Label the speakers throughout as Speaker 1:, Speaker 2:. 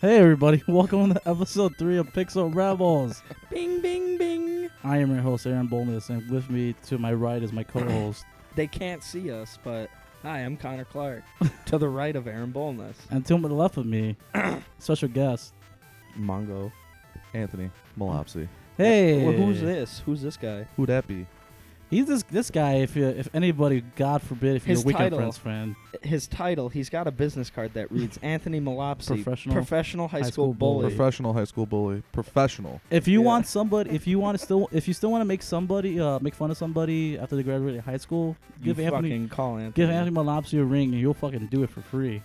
Speaker 1: Hey everybody, welcome to episode three of Pixel Rebels.
Speaker 2: Bing, bing, bing.
Speaker 1: I am your host Aaron Bolness, and with me to my right is my co-host,
Speaker 2: They can't see us, but hi, I'm Connor Clark. to the right of Aaron Bolness.
Speaker 1: and to my left of me, special guest.
Speaker 3: Mongo, Anthony, Malopsy.
Speaker 1: Hey,
Speaker 2: Well, who's this? Who's this guy?
Speaker 3: Who that be?
Speaker 1: He's this this guy. If you, if anybody, God forbid, if you're
Speaker 2: His
Speaker 1: a weekend
Speaker 2: title.
Speaker 1: friends friend,
Speaker 2: His title, he's got a business card that reads Anthony Malopsy,
Speaker 1: Professional
Speaker 2: professional high,
Speaker 1: high
Speaker 2: school,
Speaker 1: school
Speaker 2: bully.
Speaker 1: bully.
Speaker 3: Professional high school bully. Professional.
Speaker 1: if you
Speaker 2: Yeah.
Speaker 1: want somebody, if you want to still, if you still want to make somebody, uh, make fun of somebody after they graduate high school,
Speaker 2: you
Speaker 1: give Anthony,
Speaker 2: fucking call Anthony.
Speaker 1: give Anthony Malopsy a ring, and you'll fucking do it for free.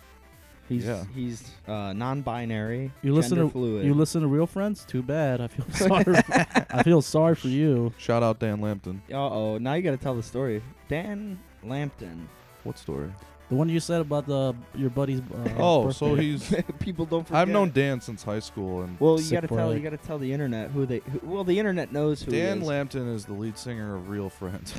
Speaker 2: He's
Speaker 3: Yeah.
Speaker 2: he's uh, non-binary.
Speaker 1: You listen
Speaker 2: gender
Speaker 1: to-
Speaker 2: fluid.
Speaker 1: You listen to real friends? Too bad. I feel sorry. I feel sorry for you.
Speaker 3: Shout out Dan Lampton.
Speaker 2: Uh oh, now you got to tell the story. Dan Lampton.
Speaker 3: What story?
Speaker 1: The one you said about the your buddy's. Uh,
Speaker 3: oh, so
Speaker 1: birthday.
Speaker 3: he's.
Speaker 2: People don't forget.
Speaker 3: I've known Dan since high school, and
Speaker 2: Well, you
Speaker 1: Sick
Speaker 2: got to tell
Speaker 1: boy.
Speaker 2: you got to tell the internet who they. Who, well, the internet knows who he
Speaker 3: Dan
Speaker 2: is.
Speaker 3: Lampton is the lead singer of Real Friends.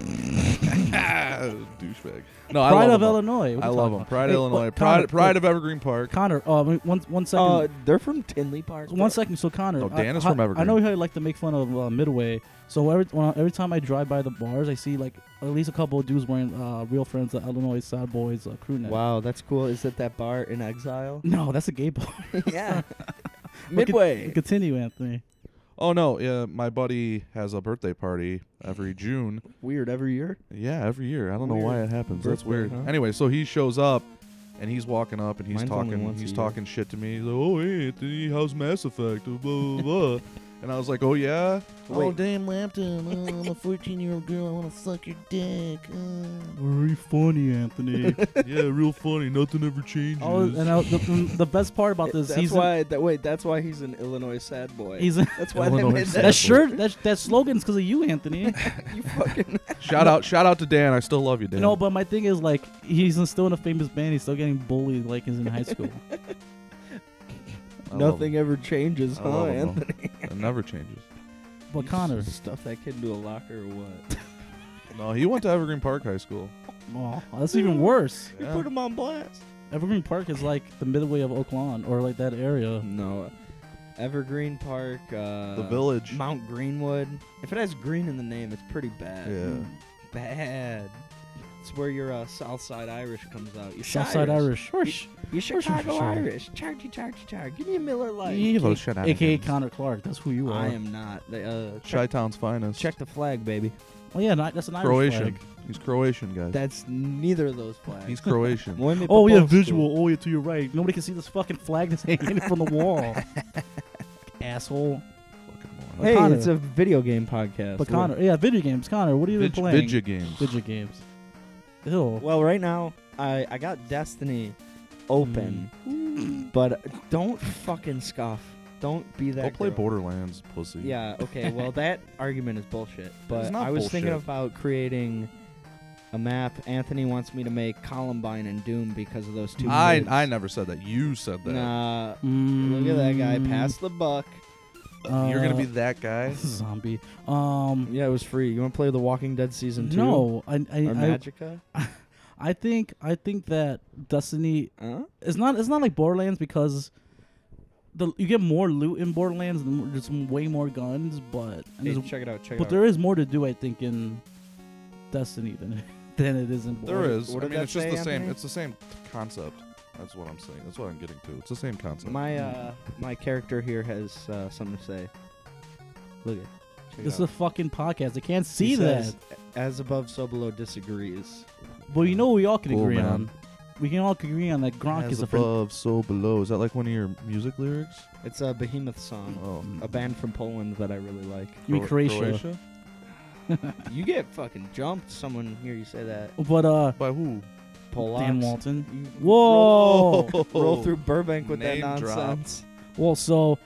Speaker 3: Douchebag. No, I
Speaker 1: Pride
Speaker 3: love
Speaker 1: of
Speaker 3: him.
Speaker 1: Illinois. What
Speaker 3: I
Speaker 1: you
Speaker 3: love
Speaker 1: talking
Speaker 3: him.
Speaker 1: about?
Speaker 3: Pride
Speaker 1: Hey,
Speaker 3: Illinois.
Speaker 1: but Connor,
Speaker 3: Pride, pride
Speaker 1: oh,
Speaker 3: of Evergreen Park.
Speaker 1: Connor. Uh, wait, one one second.
Speaker 2: Uh, they're from Tinley Park.
Speaker 1: one
Speaker 2: though.
Speaker 1: second. So Connor.
Speaker 3: No,
Speaker 1: I-
Speaker 3: Oh, Dan is
Speaker 1: I,
Speaker 3: from
Speaker 1: I
Speaker 3: Evergreen.
Speaker 1: know how you like to make fun of uh, Midway. So every when I- every time I drive by the bars, I see like at least a couple of dudes wearing uh, real friends, the Illinois Sad Boys uh, crew neck.
Speaker 2: Wow, that's cool. Is it that bar in exile?
Speaker 1: No, that's a gay bar.
Speaker 2: yeah.
Speaker 1: Look at-
Speaker 2: Midway.
Speaker 1: Continue, Anthony.
Speaker 3: Oh no, yeah, my buddy has a birthday party every June.
Speaker 2: Weird every year.
Speaker 3: Yeah, every year. I don't know why it happens. That's
Speaker 2: Birthday,
Speaker 3: weird.
Speaker 2: huh?
Speaker 3: Anyway, so he shows up and he's walking up and he's
Speaker 2: Mine's only
Speaker 3: talking
Speaker 2: once a
Speaker 3: he's
Speaker 2: year.
Speaker 3: talking shit to me. He's like, Oh hey, Anthony, how's Mass Effect? Blah blah blah. and I was like, Oh yeah?
Speaker 2: Wait.
Speaker 3: damn Lampton, oh, I'm a fourteen year old girl, I wanna suck your dick. uh."
Speaker 1: Very funny, Anthony.
Speaker 3: yeah, real funny, nothing ever changes.
Speaker 1: oh, and I, the, the best part about this,
Speaker 2: that's
Speaker 1: he's
Speaker 2: why. that wait. That's why he's an Illinois sad boy.
Speaker 1: he's a,
Speaker 2: that's why they
Speaker 3: Illinois
Speaker 2: made
Speaker 3: sad
Speaker 2: that.
Speaker 1: that shirt that that slogan's because of you, Anthony.
Speaker 2: You fucking.
Speaker 3: shout out shout out to Dan, I still love you, Dan.
Speaker 1: No, but my thing is like he's in- still in a famous band. He's still getting bullied like he's in high school.
Speaker 3: I love
Speaker 2: Nothing
Speaker 3: him.
Speaker 2: ever changes,
Speaker 3: I
Speaker 2: huh,
Speaker 3: love him, though.
Speaker 2: Anthony?
Speaker 3: It never changes.
Speaker 1: But Connor,
Speaker 2: stuff that kid into a locker or what?
Speaker 3: No, he went to Evergreen Park High School.
Speaker 1: oh, that's even worse.
Speaker 3: Yeah.
Speaker 2: him on blast.
Speaker 1: Evergreen Park is like the midway of Oakland or like that area.
Speaker 2: No. Evergreen Park. Uh,
Speaker 3: the village.
Speaker 2: Mount Greenwood. If it has green in the name, it's pretty bad.
Speaker 3: Yeah.
Speaker 2: Bad. It's where your uh, Southside Irish comes out. Your
Speaker 1: Southside Irish, Hirsch,
Speaker 2: You
Speaker 1: Sure, sure,
Speaker 2: Chicago
Speaker 1: sure.
Speaker 2: Irish. Chargy, chargy, chargy. Give me a Miller Lite.
Speaker 1: E-,
Speaker 3: Evil shenanigans.
Speaker 1: aka Connor Clark. That's who you are.
Speaker 2: I am not. They, uh,
Speaker 3: Chi
Speaker 2: check,
Speaker 3: Town's finest.
Speaker 2: check the flag, baby.
Speaker 1: Oh yeah, ni- that's an Irish
Speaker 3: Croatian.
Speaker 1: flag.
Speaker 3: He's Croatian, guys.
Speaker 2: That's neither of those flags.
Speaker 3: He's Croatian.
Speaker 2: When they
Speaker 1: Oh yeah,
Speaker 2: proposed to
Speaker 1: visual. Oh yeah, to your right. Nobody can see this fucking flag that's hanging from the wall. Asshole.
Speaker 3: Fucking
Speaker 2: him-
Speaker 3: moron.
Speaker 2: Hey,
Speaker 1: Connor.
Speaker 2: it's a video game podcast.
Speaker 1: But Connor, yeah, video games. Connor, what are you
Speaker 3: Vid-
Speaker 1: been playing?
Speaker 3: Vidya games.
Speaker 1: Video games. Ew.
Speaker 2: Well, right now I I got Destiny open,
Speaker 1: Mm.
Speaker 2: but don't fucking scoff. Don't be that.
Speaker 3: Go play
Speaker 2: girl.
Speaker 3: Borderlands, pussy.
Speaker 2: Yeah, okay. Well, that argument is bullshit. But
Speaker 3: not
Speaker 2: I was thinking
Speaker 3: bullshit.
Speaker 2: about creating a map. Anthony wants me to make Columbine and Doom because of those two.
Speaker 3: I
Speaker 2: movies.
Speaker 3: I never said that. You said that.
Speaker 2: Nah.
Speaker 1: Mm.
Speaker 2: Look at that guy. Pass the buck.
Speaker 1: Uh,
Speaker 3: You're gonna be that guy.
Speaker 1: Zombie. Um.
Speaker 2: Yeah, it was free. You want to play The Walking Dead season two?
Speaker 1: No, I I,
Speaker 2: Or
Speaker 1: I,
Speaker 2: Magica?
Speaker 1: I think I think that Destiny
Speaker 2: Huh?
Speaker 1: it's not it's not like Borderlands because the you get more loot in Borderlands and more- there's way more guns, but and
Speaker 2: Hey,
Speaker 1: there's-
Speaker 2: check it out. Check it
Speaker 1: but
Speaker 2: out.
Speaker 1: there is more to do I think in Destiny than than it is in
Speaker 3: There
Speaker 1: Borderlands.
Speaker 3: is.
Speaker 2: what
Speaker 3: I
Speaker 2: did
Speaker 3: mean,
Speaker 2: that
Speaker 3: it's just
Speaker 2: say,
Speaker 3: the same.
Speaker 2: Anthony?
Speaker 3: It's the same concept. That's what I'm saying. That's what I'm getting to. It's the same concept.
Speaker 2: my uh, my character here has uh, something to say. Look at. check it
Speaker 1: This is
Speaker 2: out.
Speaker 1: a fucking podcast. I can't see
Speaker 2: He
Speaker 1: that.
Speaker 2: says, As above, so below disagrees.
Speaker 1: but you know what we all can
Speaker 3: Cool,
Speaker 1: agree
Speaker 3: man.
Speaker 1: on. We can all agree on that Gronk
Speaker 3: As
Speaker 1: is a friend.
Speaker 3: above, so below. Is that like one of your music lyrics?
Speaker 2: It's a Behemoth song,
Speaker 3: Oh,
Speaker 2: Mm, a band from Poland that I really like.
Speaker 1: You mean
Speaker 3: Cro-
Speaker 1: Croatia.
Speaker 2: You get fucking jumped. Someone hear you say that.
Speaker 1: But uh,
Speaker 3: By who?
Speaker 2: Polacks.
Speaker 1: Dan Walton.
Speaker 2: You
Speaker 1: Whoa.
Speaker 2: Roll, roll through Burbank with
Speaker 3: Name
Speaker 2: that
Speaker 3: drop.
Speaker 2: nonsense.
Speaker 1: Well, so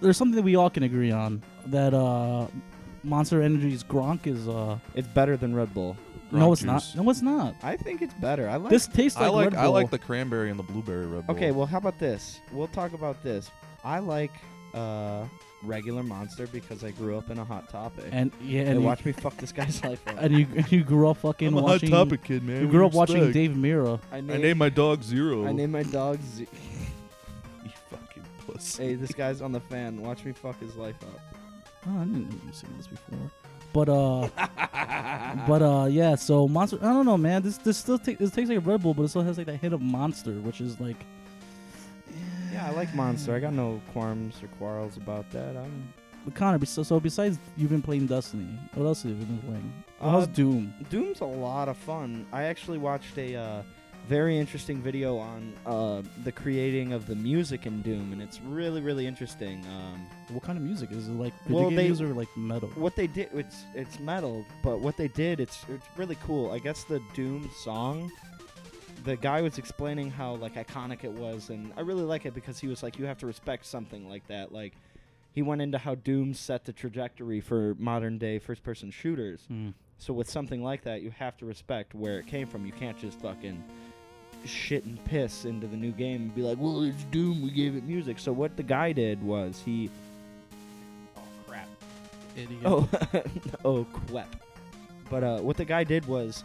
Speaker 1: there's something that we all can agree on that uh, Monster Energy's Gronk is uh
Speaker 2: It's better than Red Bull.
Speaker 1: no,
Speaker 3: Gronk
Speaker 1: it's not.
Speaker 3: juice.
Speaker 1: No, it's not.
Speaker 2: I think it's better. I like.
Speaker 1: This tastes
Speaker 3: I
Speaker 1: like,
Speaker 3: like
Speaker 1: Red
Speaker 3: I like
Speaker 1: Bull.
Speaker 3: the cranberry and the blueberry Red Bull.
Speaker 2: okay, well, how about this? We'll talk about this. I like uh, regular Monster because I grew up in a Hot Topic.
Speaker 1: and yeah,
Speaker 2: they
Speaker 1: and you,
Speaker 2: watch me fuck this guy's life up.
Speaker 1: and you and you grew up fucking
Speaker 3: I'm a hot
Speaker 1: watching.
Speaker 3: topic kid, man.
Speaker 1: You
Speaker 3: What
Speaker 1: grew up watching
Speaker 3: expect?
Speaker 1: Dave Mira.
Speaker 2: I
Speaker 3: I named my dog Zero.
Speaker 2: I named my dog Z-
Speaker 3: you fucking puss.
Speaker 2: Hey, this guy's on the fan. Watch me fuck his life up.
Speaker 1: Oh, I didn't know you've seen this before. But uh, but uh, yeah. So monster. I don't know, man. This this still ta- this tastes like a Red Bull, but it still has like that hint of monster, which is like.
Speaker 2: yeah, I like Monster. I got no qualms or quarrels about that. I'm
Speaker 1: But Connor, bes- so besides you've been playing Destiny, what else have you been playing?
Speaker 2: Uh,
Speaker 1: How's Doom?
Speaker 2: Doom's a lot of fun. I actually watched a uh, very interesting video on uh, the creating of the music in Doom, and it's really, really interesting. Um,
Speaker 1: What kind of music is it? Like video
Speaker 2: Well,
Speaker 1: game
Speaker 2: they-
Speaker 1: music or like metal?
Speaker 2: what they did, it's it's metal, but what they did, it's it's really cool. I guess the Doom song, the guy was explaining how like iconic it was, and I really like it because he was like, you have to respect something like that. Like, he went into how Doom set the trajectory for modern day first-person shooters.
Speaker 1: Hmm.
Speaker 2: So with something like that, you have to respect where it came from. You can't just fucking shit and piss into the new game and be like, "Well, it's Doom. We gave it music." So what the guy did was he. Oh crap! Oh, oh crap! But uh, what the guy did was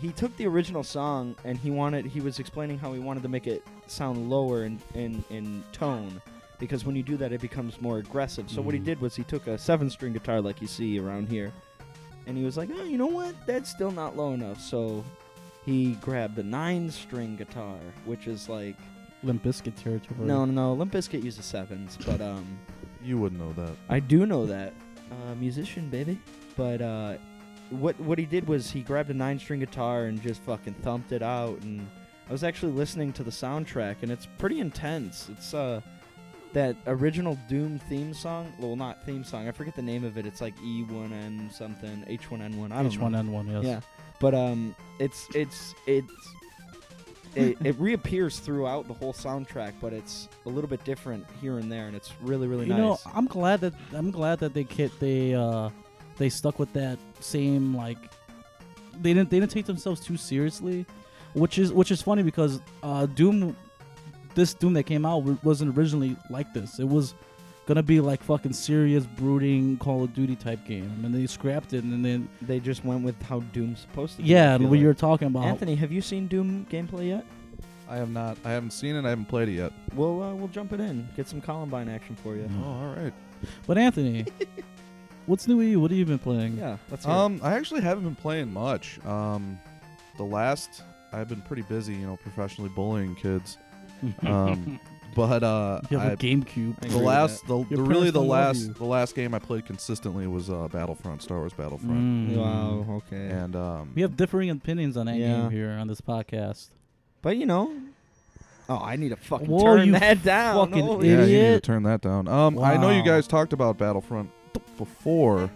Speaker 2: he took the original song and he wanted he was explaining how he wanted to make it sound lower in in, in tone because when you do that it becomes more aggressive. So what he
Speaker 1: Mhm.
Speaker 2: did was he took a seven string guitar like you see around here and he was like, oh, you know what? That's still not low enough. So he grabbed the nine string guitar, which is like
Speaker 1: Limp Bizkit territory.
Speaker 2: no, no, no. Limp Bizkit uses sevens, but um,
Speaker 3: You wouldn't know that.
Speaker 2: I do know that uh, musician baby. But uh, what what he did was he grabbed a nine string guitar and just fucking thumped it out. And I was actually listening to the soundtrack, and it's pretty intense. It's uh. That original Doom theme song, well, not theme song. I forget the name of it. It's like E1N something, H1N1. I don't know.
Speaker 1: H1N1, yes.
Speaker 2: Yeah, but um, it's it's it's it, it reappears throughout the whole soundtrack, but it's a little bit different here and there, and it's really really
Speaker 1: you
Speaker 2: nice.
Speaker 1: know, I'm glad that I'm glad that they kid they uh they stuck with that same like they didn't they didn't take themselves too seriously, which is which is funny because uh Doom this Doom that came out w- wasn't originally like this. It was gonna be like fucking serious brooding Call of Duty type game, and they scrapped it. And then
Speaker 2: they just went with how Doom's supposed to be. I
Speaker 1: yeah, and
Speaker 2: feel
Speaker 1: what
Speaker 2: like.
Speaker 1: you were talking about,
Speaker 2: Anthony, have you seen Doom gameplay yet?
Speaker 3: I have not. I haven't seen it. I haven't played it yet.
Speaker 2: We'll uh, we'll jump it in, get some Columbine action for you.
Speaker 1: Mm.
Speaker 3: Oh, all right.
Speaker 1: but Anthony, what's new with you? What have you been playing?
Speaker 2: Yeah, let's hear
Speaker 3: Um, I actually haven't been playing much. Um, the last I've been pretty busy, you know, professionally bullying kids. Um, but uh,
Speaker 1: you have a
Speaker 3: I-
Speaker 1: GameCube.
Speaker 2: I
Speaker 3: the
Speaker 2: agree with
Speaker 3: last, the, the
Speaker 1: Your parents
Speaker 3: really the
Speaker 1: don't love
Speaker 3: last,
Speaker 1: you.
Speaker 3: the last game I played consistently was uh, Battlefront, Star Wars Battlefront,
Speaker 1: Mm.
Speaker 2: it. Wow, okay.
Speaker 3: and um,
Speaker 1: We have differing opinions on that
Speaker 2: Yeah.
Speaker 1: game here on this podcast.
Speaker 2: But you know, oh, I need to fucking
Speaker 1: Whoa,
Speaker 2: turn
Speaker 1: you
Speaker 2: that down.
Speaker 1: fucking
Speaker 2: Holy
Speaker 3: yeah, you need to
Speaker 1: idiot.
Speaker 3: turn that down. Um, I know you
Speaker 1: Wow.
Speaker 3: guys talked about Battlefront before.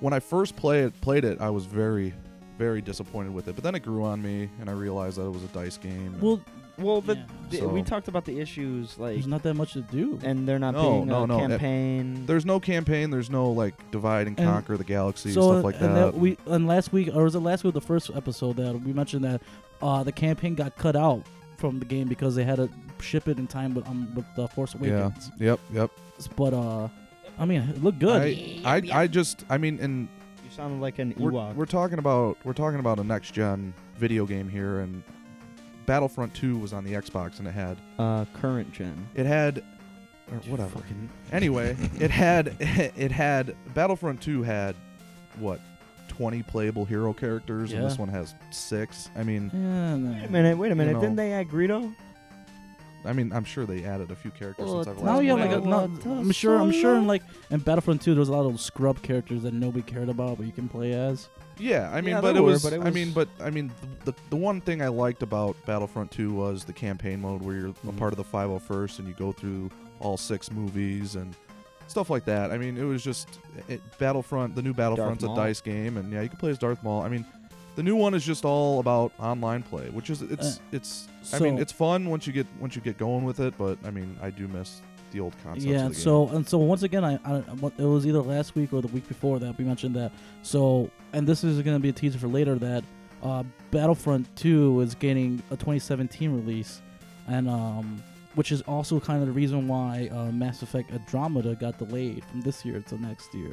Speaker 3: When I first played played it, I was very, very disappointed with it. But then it grew on me, and I realized that it was a dice game. and-
Speaker 1: Well,
Speaker 2: Well, the,
Speaker 1: Yeah.
Speaker 2: the- we
Speaker 3: So-
Speaker 2: talked about the issues like
Speaker 1: there's not that much to do.
Speaker 2: and they're not
Speaker 3: No,
Speaker 2: being
Speaker 3: no,
Speaker 2: a
Speaker 3: no, eh,
Speaker 2: campaign.
Speaker 3: There's no campaign. There's no like divide and
Speaker 1: And-
Speaker 3: conquer the galaxy
Speaker 1: so
Speaker 3: stuff like
Speaker 1: and
Speaker 3: that.
Speaker 1: we and last week or was it last week the first episode that we mentioned that uh, the campaign got cut out from the game because they had to ship it in time with um, with the Force
Speaker 3: yeah.
Speaker 1: Awakens.
Speaker 3: Yep. Yep.
Speaker 1: But uh, I mean, it looked good.
Speaker 3: I, I, I just I mean, and
Speaker 2: you sounded like an
Speaker 3: we're,
Speaker 2: Ewok.
Speaker 3: we're talking about we're talking about a next gen video game here, and Battlefront Two was on the Xbox, and it had
Speaker 2: uh, current gen.
Speaker 3: it had or whatever. Anyway, it had it had Battlefront Two had what twenty playable hero characters, and this
Speaker 1: Yeah.
Speaker 3: one has six. I mean,
Speaker 1: Yeah, no.
Speaker 2: Wait a minute, wait a minute.
Speaker 3: know.
Speaker 2: Didn't they add Greedo?
Speaker 3: I mean, I'm sure they added a few characters
Speaker 2: Well,
Speaker 3: since I've
Speaker 1: Now
Speaker 2: now
Speaker 3: last
Speaker 1: you have
Speaker 3: played
Speaker 1: like a,
Speaker 3: it.
Speaker 1: no,
Speaker 2: What
Speaker 1: I'm sure I'm sure in
Speaker 2: the
Speaker 1: like in Battlefront 2 there's a lot of scrub characters that nobody cared about but you can play as.
Speaker 3: Yeah, I mean,
Speaker 2: Yeah,
Speaker 3: but,
Speaker 2: there
Speaker 3: it
Speaker 2: were,
Speaker 3: was,
Speaker 2: but it
Speaker 3: I mean,
Speaker 2: was-
Speaker 3: but I mean, the, the one thing I liked about Battlefront 2 was the campaign mode where you're a
Speaker 2: Mm-hmm.
Speaker 1: Mhm.
Speaker 3: part of the 501st and you go through all six movies and stuff like that. I mean, it was just it, Battlefront. The new Battlefront's a
Speaker 2: Maul.
Speaker 3: dice game, and yeah, you can play as Darth Maul. I mean, the new one is just all about online play, which is
Speaker 2: Uh,
Speaker 3: it's it's. I mean,
Speaker 1: so-
Speaker 3: it's fun once you get once you get going with it, but I mean, I do miss the old concepts.
Speaker 1: yeah,
Speaker 3: of
Speaker 1: and
Speaker 3: the game.
Speaker 1: so and so once again, I, I it was either last week or the week before that we mentioned that. So and this is going to be a teaser for later that uh, Battlefront Two is getting a 2017 release, and um, which is also kind of the reason why uh, Mass Effect Andromeda got delayed from this year to next year.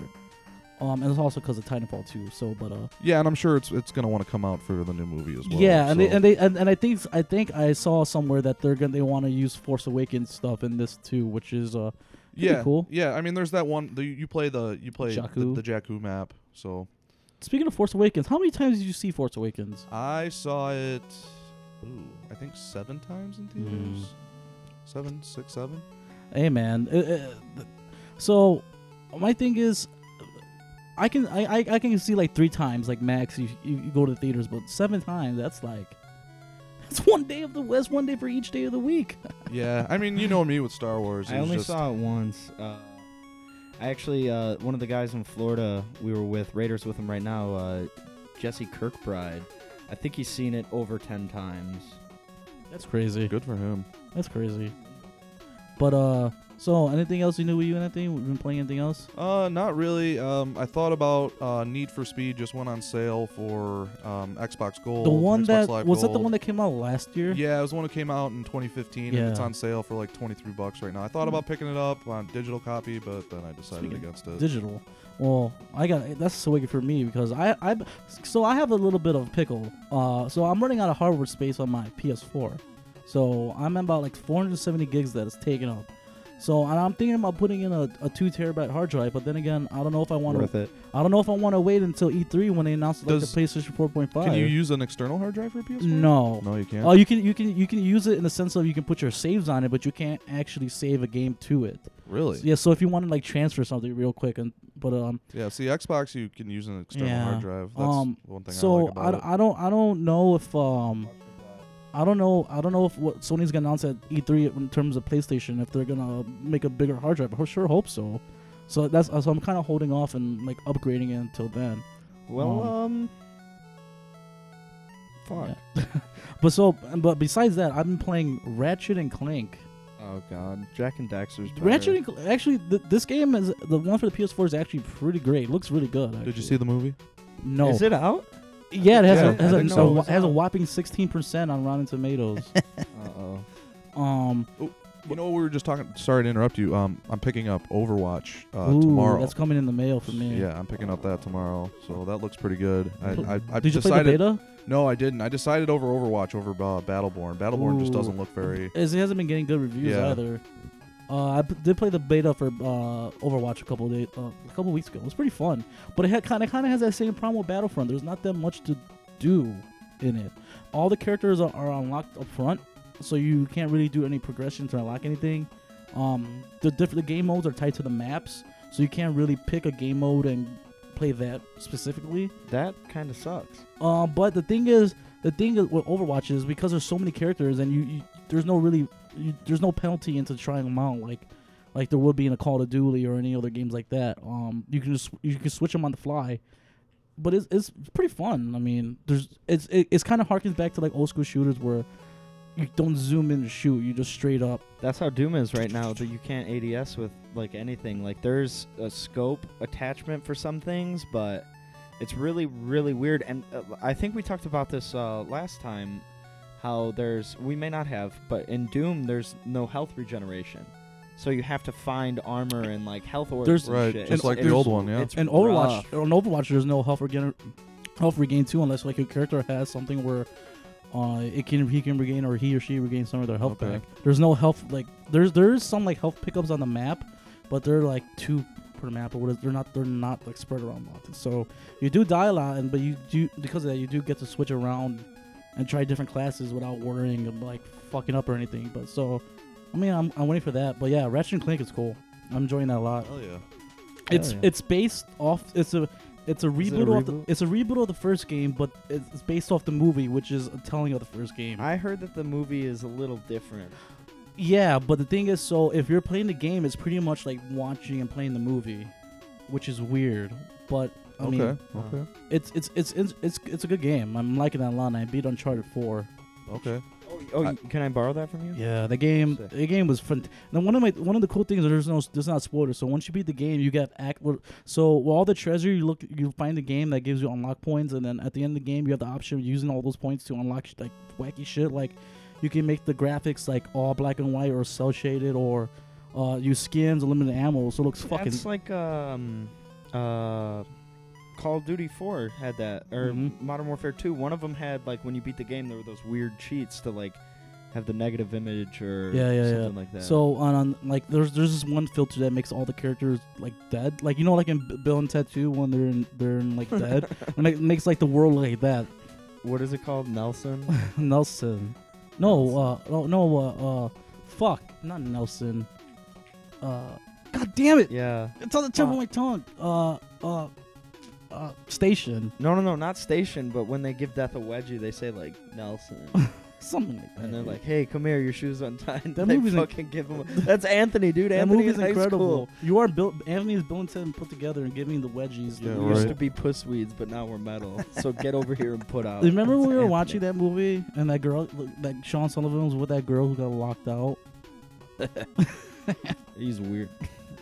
Speaker 1: Um, and it's also because of Titanfall 2. So, but uh,
Speaker 3: Yeah, and I'm sure it's it's gonna want to come out for the new movie as well.
Speaker 1: yeah, and they,
Speaker 3: so-
Speaker 1: and they and, and I think I think I saw somewhere that they're gonna they want to use Force Awakens stuff in this too, which is uh,
Speaker 3: yeah,
Speaker 1: cool.
Speaker 3: Yeah, I mean, there's that one. The, you play the you play
Speaker 1: Jakku.
Speaker 3: The, the Jakku map. So
Speaker 1: speaking of Force Awakens, how many times did you see Force Awakens?
Speaker 3: I saw it. Ooh, I think seven times in theaters.
Speaker 1: Mm.
Speaker 3: Seven, six, seven.
Speaker 1: Hey man, uh, uh, th- so my thing is, I can I, I I can see like three times like max you you, you go to the theaters, but seven times that's like that's one day of the that's one day for each day of the week.
Speaker 3: Yeah, I mean, you know me with Star Wars.
Speaker 2: I
Speaker 3: it was
Speaker 2: only
Speaker 3: just-
Speaker 2: saw it once. Uh, I actually, uh, one of the guys in Florida we were with, Raiders with him right now, uh, Jesse Kirkbride. I think he's seen it over 10 times.
Speaker 1: That's crazy.
Speaker 3: Good for him.
Speaker 1: That's crazy. But uh, so anything else you knew with you? Anything we've been playing? Anything else?
Speaker 3: Uh, not really. Um, I thought about uh, Need for Speed just went on sale for um, Xbox Gold.
Speaker 1: The one
Speaker 3: Xbox
Speaker 1: that
Speaker 3: Live
Speaker 1: was that the
Speaker 3: Gold.
Speaker 1: one that came out last year?
Speaker 3: Yeah, it was the one that came out in 2015, and it's
Speaker 1: Yeah. Hmm.
Speaker 3: on sale for like 23 bucks right now. I thought about picking it up on digital copy, but then I decided
Speaker 1: Speaking of
Speaker 3: against it.
Speaker 1: Digital. Well, I got that's so wicked for me because I I so I have a little bit of pickle. Uh, so I'm running out of hardware space on my PS4. So I'm at about like 470 gigs that is taken up. So and I'm thinking about putting in a, a two terabyte hard drive, but then again, I don't know if I want to.
Speaker 2: Worth it.
Speaker 1: I don't know if I want to wait until E3 when they announce like
Speaker 3: Does-
Speaker 1: the PlayStation 4.5.
Speaker 3: Can you use an external hard drive for a PS4?
Speaker 1: no.
Speaker 3: No, you can't.
Speaker 1: Oh, you can you can you can use it in the sense of you can put your saves on it, but you can't actually save a game to it.
Speaker 3: really?
Speaker 1: Yeah, so if you want to like transfer something real quick, and but um,
Speaker 3: Yeah, see, Xbox, you can use an external hard
Speaker 1: Yeah.
Speaker 3: drive. That's
Speaker 1: Um,
Speaker 3: one thing I
Speaker 1: so
Speaker 3: like
Speaker 1: I,
Speaker 3: about it.
Speaker 1: I don't I don't know if um, I don't know I don't know if what Sony's gonna announce at E3 in terms of PlayStation if they're gonna make a bigger hard drive. I sure hope so. So that's so I'm kind of holding off and like upgrading it until then.
Speaker 2: Well, um. Fuck.
Speaker 1: Yeah. But so but besides that, I've been playing Ratchet and Clank.
Speaker 2: Oh, God. Jack and Daxter's. better.
Speaker 1: Ratchet and Cl- actually th- this game is the one for the PS4 is actually pretty great. looks really good.
Speaker 3: Did you
Speaker 1: actually.
Speaker 3: see the movie?
Speaker 1: No.
Speaker 2: Is it out?
Speaker 1: yeah, it has
Speaker 3: Yeah,
Speaker 1: a, has,
Speaker 3: I
Speaker 1: a,
Speaker 3: think
Speaker 1: a
Speaker 3: so.
Speaker 1: wha- has a whopping 16% on Rotten Tomatoes.
Speaker 2: Uh oh.
Speaker 1: um,
Speaker 3: You know what we were just talking. Sorry to interrupt you. Um, I'm picking up Overwatch uh,
Speaker 1: ooh,
Speaker 3: tomorrow.
Speaker 1: that's coming in the mail for me.
Speaker 3: Yeah, I'm picking up that tomorrow. So that looks pretty good. I,
Speaker 1: Pl-
Speaker 3: I, I
Speaker 1: Did you play the
Speaker 3: decided.
Speaker 1: beta?
Speaker 3: No, I didn't. I decided over Overwatch over uh, Battleborn. Battleborn just
Speaker 1: Ooh.
Speaker 3: doesn't look very.
Speaker 1: It's- It hasn't been getting good reviews
Speaker 3: Yeah.
Speaker 1: either. Uh, I p- did play the beta for uh, Overwatch a couple of days, uh, a couple weeks ago. It was pretty fun, but it had kind of kind of has that same problem with Battlefront. There's not that much to do in it. All the characters are, are unlocked up front, so you can't really do any progression to unlock anything. Um, the different the game modes are tied to the maps, so you can't really pick a game mode and play that specifically.
Speaker 2: That kind of sucks.
Speaker 1: Um, but the thing is, the thing is with Overwatch is because there's so many characters and you, you there's no really you, there's no penalty into trying them out like like there would be in a Call of Duty or any other games like that. Um, you can just you can switch them on the fly, but it's it's pretty fun. I mean, there's it's it, it's kind of harkens back to like old school shooters where you don't zoom in to shoot, you just straight up.
Speaker 2: That's how Doom is right now. That you can't ADS with like anything. Like there's a scope attachment for some things, but it's really really weird. And uh, I think we talked about this uh, last time. How there's we may not have, but in Doom there's no health regeneration, so you have to find armor and like health orbs.
Speaker 1: There's-
Speaker 2: and
Speaker 3: Right,
Speaker 2: shit.
Speaker 3: just like the
Speaker 2: it's-
Speaker 3: old one, yeah.
Speaker 2: It's
Speaker 1: And Overwatch, on Overwatch, there's no health regain, health regain too, unless like your character has something where uh, it can he can regain or he or she regains some of their health
Speaker 3: Okay.
Speaker 1: back. There's no health like there's there is some like health pickups on the map, but they're like two per map or what is, they're not they're not like spread around a lot. So you do die a lot, and but you do because of that you do get to switch around and try different classes without worrying of like fucking up or anything. But so I mean I'm I'm waiting for that. But yeah, Ratchet and Clank is cool. I'm enjoying that a lot.
Speaker 3: Hell yeah.
Speaker 1: It's
Speaker 2: yeah.
Speaker 1: it's based off. It's a it's a
Speaker 2: Is it
Speaker 1: reboot.
Speaker 2: a
Speaker 1: Of the,
Speaker 2: reboot?
Speaker 1: it's a reboot of the first game, but it's it's based off the movie, which is a telling of the first game.
Speaker 2: I heard that the movie is a little different.
Speaker 1: yeah, but the thing is, so if you're playing the game, it's pretty much like watching and playing the movie, which is weird. But I
Speaker 3: okay.
Speaker 1: mean,
Speaker 2: Uh,
Speaker 3: okay.
Speaker 1: it's it's it's it's it's it's a good game. I'm liking it a lot. And I beat Uncharted Four.
Speaker 3: Okay.
Speaker 2: Oh, oh
Speaker 3: I-
Speaker 2: y- can I borrow that from you?
Speaker 1: Yeah, the game
Speaker 2: Sick.
Speaker 1: the game was fun. Now one of my one of the cool things is there's no there's not spoilers. So once you beat the game, you get act. well, So with all the treasure you look you find the game that gives you unlock points, and then at the end of the game you have the option of using all those points to unlock sh- like wacky shit. Like you can make the graphics like all black and white or cell shaded or. Uh, use skins, unlimited ammo, so it looks fucking.
Speaker 2: That's like um, uh, Call of Duty 4 had that, or
Speaker 1: Mhm.
Speaker 2: Modern Warfare 2. One of them had like when you beat the game, there were those weird cheats to like have the negative image or
Speaker 1: Yeah, yeah, yeah.
Speaker 2: something like that.
Speaker 1: So on, on like there's there's this one filter that makes all the characters like dead. Like you know like in B- Bill and Ted 2 when they're in, they're in like dead. and it makes like the world like that.
Speaker 2: what is it called, Nelson?
Speaker 1: Nelson. No, uh no no uh, uh fuck, not Nelson. Uh God damn it.
Speaker 2: yeah.
Speaker 1: It's on the tip
Speaker 2: Fuck.
Speaker 1: of my tongue. Uh uh uh station.
Speaker 2: No, no, no, not station. But when they give Death a wedgie, they say like Nelson,
Speaker 1: Something like that.
Speaker 2: and they're like, "Hey, come here, your shoes untied." And
Speaker 1: That
Speaker 2: they
Speaker 1: movie's inc-
Speaker 2: fucking give him. That's Anthony, dude.
Speaker 1: that
Speaker 2: Anthony
Speaker 1: movie's
Speaker 2: in high
Speaker 1: incredible.
Speaker 2: School.
Speaker 1: You are Bill Anthony's Bill and Ted put together and giving the wedgies
Speaker 3: Yeah,
Speaker 1: the
Speaker 2: We used
Speaker 3: right.
Speaker 2: to be puss weeds, but now we're metal. So get over here and put out.
Speaker 1: Remember when
Speaker 2: It's
Speaker 1: we were
Speaker 2: Anthony.
Speaker 1: watching that movie and that girl, that Sean Sullivan was with that girl who got locked out.
Speaker 2: He's weird.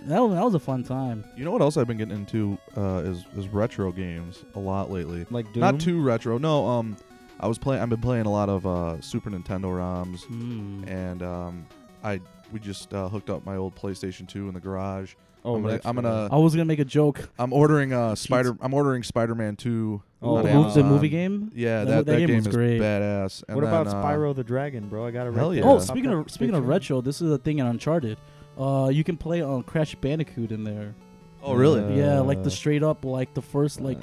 Speaker 1: That was, that was a fun time.
Speaker 3: You know what else I've been getting into uh, is is retro games a lot lately.
Speaker 2: Like Doom.
Speaker 3: Not too retro. No, um, I was playing. I've been playing a lot of uh, Super Nintendo ROMs,
Speaker 2: Hmm.
Speaker 3: and um, I we just uh, hooked up my old PlayStation 2 in the garage.
Speaker 2: Oh,
Speaker 3: I'm gonna-
Speaker 2: retro.
Speaker 3: I'm gonna-
Speaker 1: I was gonna make a joke.
Speaker 3: I'm ordering uh Spider. I'm ordering Spider-Man 2.
Speaker 2: Oh,
Speaker 1: the,
Speaker 3: on
Speaker 2: wow.
Speaker 1: mov- the
Speaker 3: Amazon.
Speaker 1: movie game.
Speaker 3: Yeah,
Speaker 1: That-
Speaker 3: that, that,
Speaker 1: that game
Speaker 3: game,
Speaker 1: was
Speaker 3: is
Speaker 1: great.
Speaker 3: badass. And
Speaker 2: what about
Speaker 3: then, uh,
Speaker 2: Spyro the Dragon, bro? I gotta.
Speaker 3: hell
Speaker 2: rent
Speaker 3: yeah.
Speaker 2: that.
Speaker 1: Oh,
Speaker 2: Pop
Speaker 1: speaking
Speaker 2: that
Speaker 1: of speaking of
Speaker 2: picture.
Speaker 1: retro, this is a thing in Uncharted. Uh, you can play on Crash Bandicoot in there.
Speaker 3: Oh really?
Speaker 2: Uh,
Speaker 1: yeah, like the straight up, like the first, like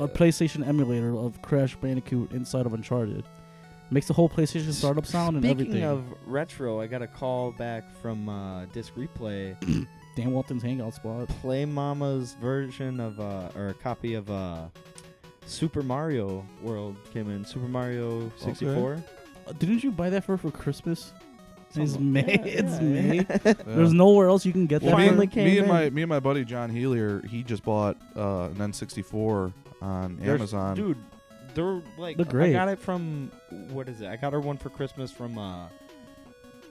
Speaker 2: Uh,
Speaker 1: a PlayStation emulator of Crash Bandicoot inside of Uncharted. Makes the whole PlayStation startup sound and
Speaker 2: Speaking
Speaker 1: everything.
Speaker 2: of retro, I got a call back from uh, Disc Replay.
Speaker 1: Dan Walton's hangout spot.
Speaker 2: Play Mama's version of, uh, or a copy of uh, Super Mario World came in. Super Mario 64.
Speaker 1: Uh, Didn't you buy that for for Christmas? It's
Speaker 2: Something-
Speaker 1: May.
Speaker 2: yeah,
Speaker 1: It's
Speaker 2: yeah,
Speaker 1: May.
Speaker 2: yeah.
Speaker 3: Yeah.
Speaker 1: There's nowhere else you can get
Speaker 3: Well,
Speaker 1: that.
Speaker 3: me,
Speaker 2: finally
Speaker 1: from.
Speaker 3: and-
Speaker 2: came
Speaker 3: me and
Speaker 2: in.
Speaker 3: my me and my buddy John Helier, he just bought uh, an N64 on
Speaker 2: There's-
Speaker 3: Amazon.
Speaker 2: Dude, they're like,
Speaker 1: They're great.
Speaker 2: I got it from, what is it? I got her one for Christmas from, uh,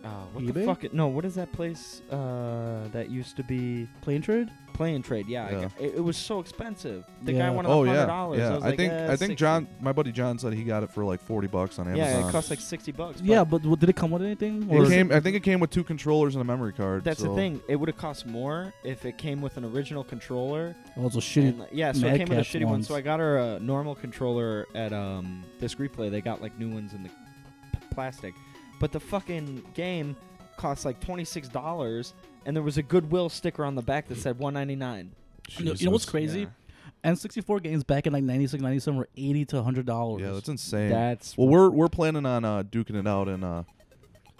Speaker 2: uh, what the
Speaker 1: eBay?
Speaker 2: fuck? it- No, what is that place uh, that used to be
Speaker 1: Plane trade?
Speaker 2: Playing Trade? Yeah, I
Speaker 3: Yeah.
Speaker 2: got- it, it was so expensive. The
Speaker 1: Yeah.
Speaker 2: guy wanted
Speaker 3: oh
Speaker 2: like
Speaker 3: yeah,
Speaker 2: hundred dollars.
Speaker 3: yeah.
Speaker 2: I, was like,
Speaker 3: think
Speaker 2: eh,
Speaker 3: I think
Speaker 2: 60.
Speaker 3: John, my buddy John, said he got it for like 40 bucks on
Speaker 2: Yeah,
Speaker 3: Amazon.
Speaker 2: it costs like sixty bucks.
Speaker 1: Yeah, but w- did it come with anything?
Speaker 3: It
Speaker 1: Or
Speaker 3: came, I think it came with two controllers and a memory card.
Speaker 2: That's
Speaker 3: so-
Speaker 2: the thing. It would have cost more if it came with an original controller.
Speaker 1: Oh, it's a shitty.
Speaker 2: And, like, yeah, so it came with a
Speaker 1: Madcap
Speaker 2: shitty one.
Speaker 1: ones.
Speaker 2: So I got her a normal controller at um this replay. They got like new ones in the p- plastic, but the fucking game cost like twenty six dollars, and there was a Goodwill sticker on the back that said one ninety nine.
Speaker 1: You know- you know what's
Speaker 3: Jesus.
Speaker 1: Crazy. N64 games back in like 96, 97 were 80 to 100 dollars.
Speaker 3: Yeah, that's insane.
Speaker 2: That's
Speaker 3: well, we're we're planning on uh, duking it out in uh,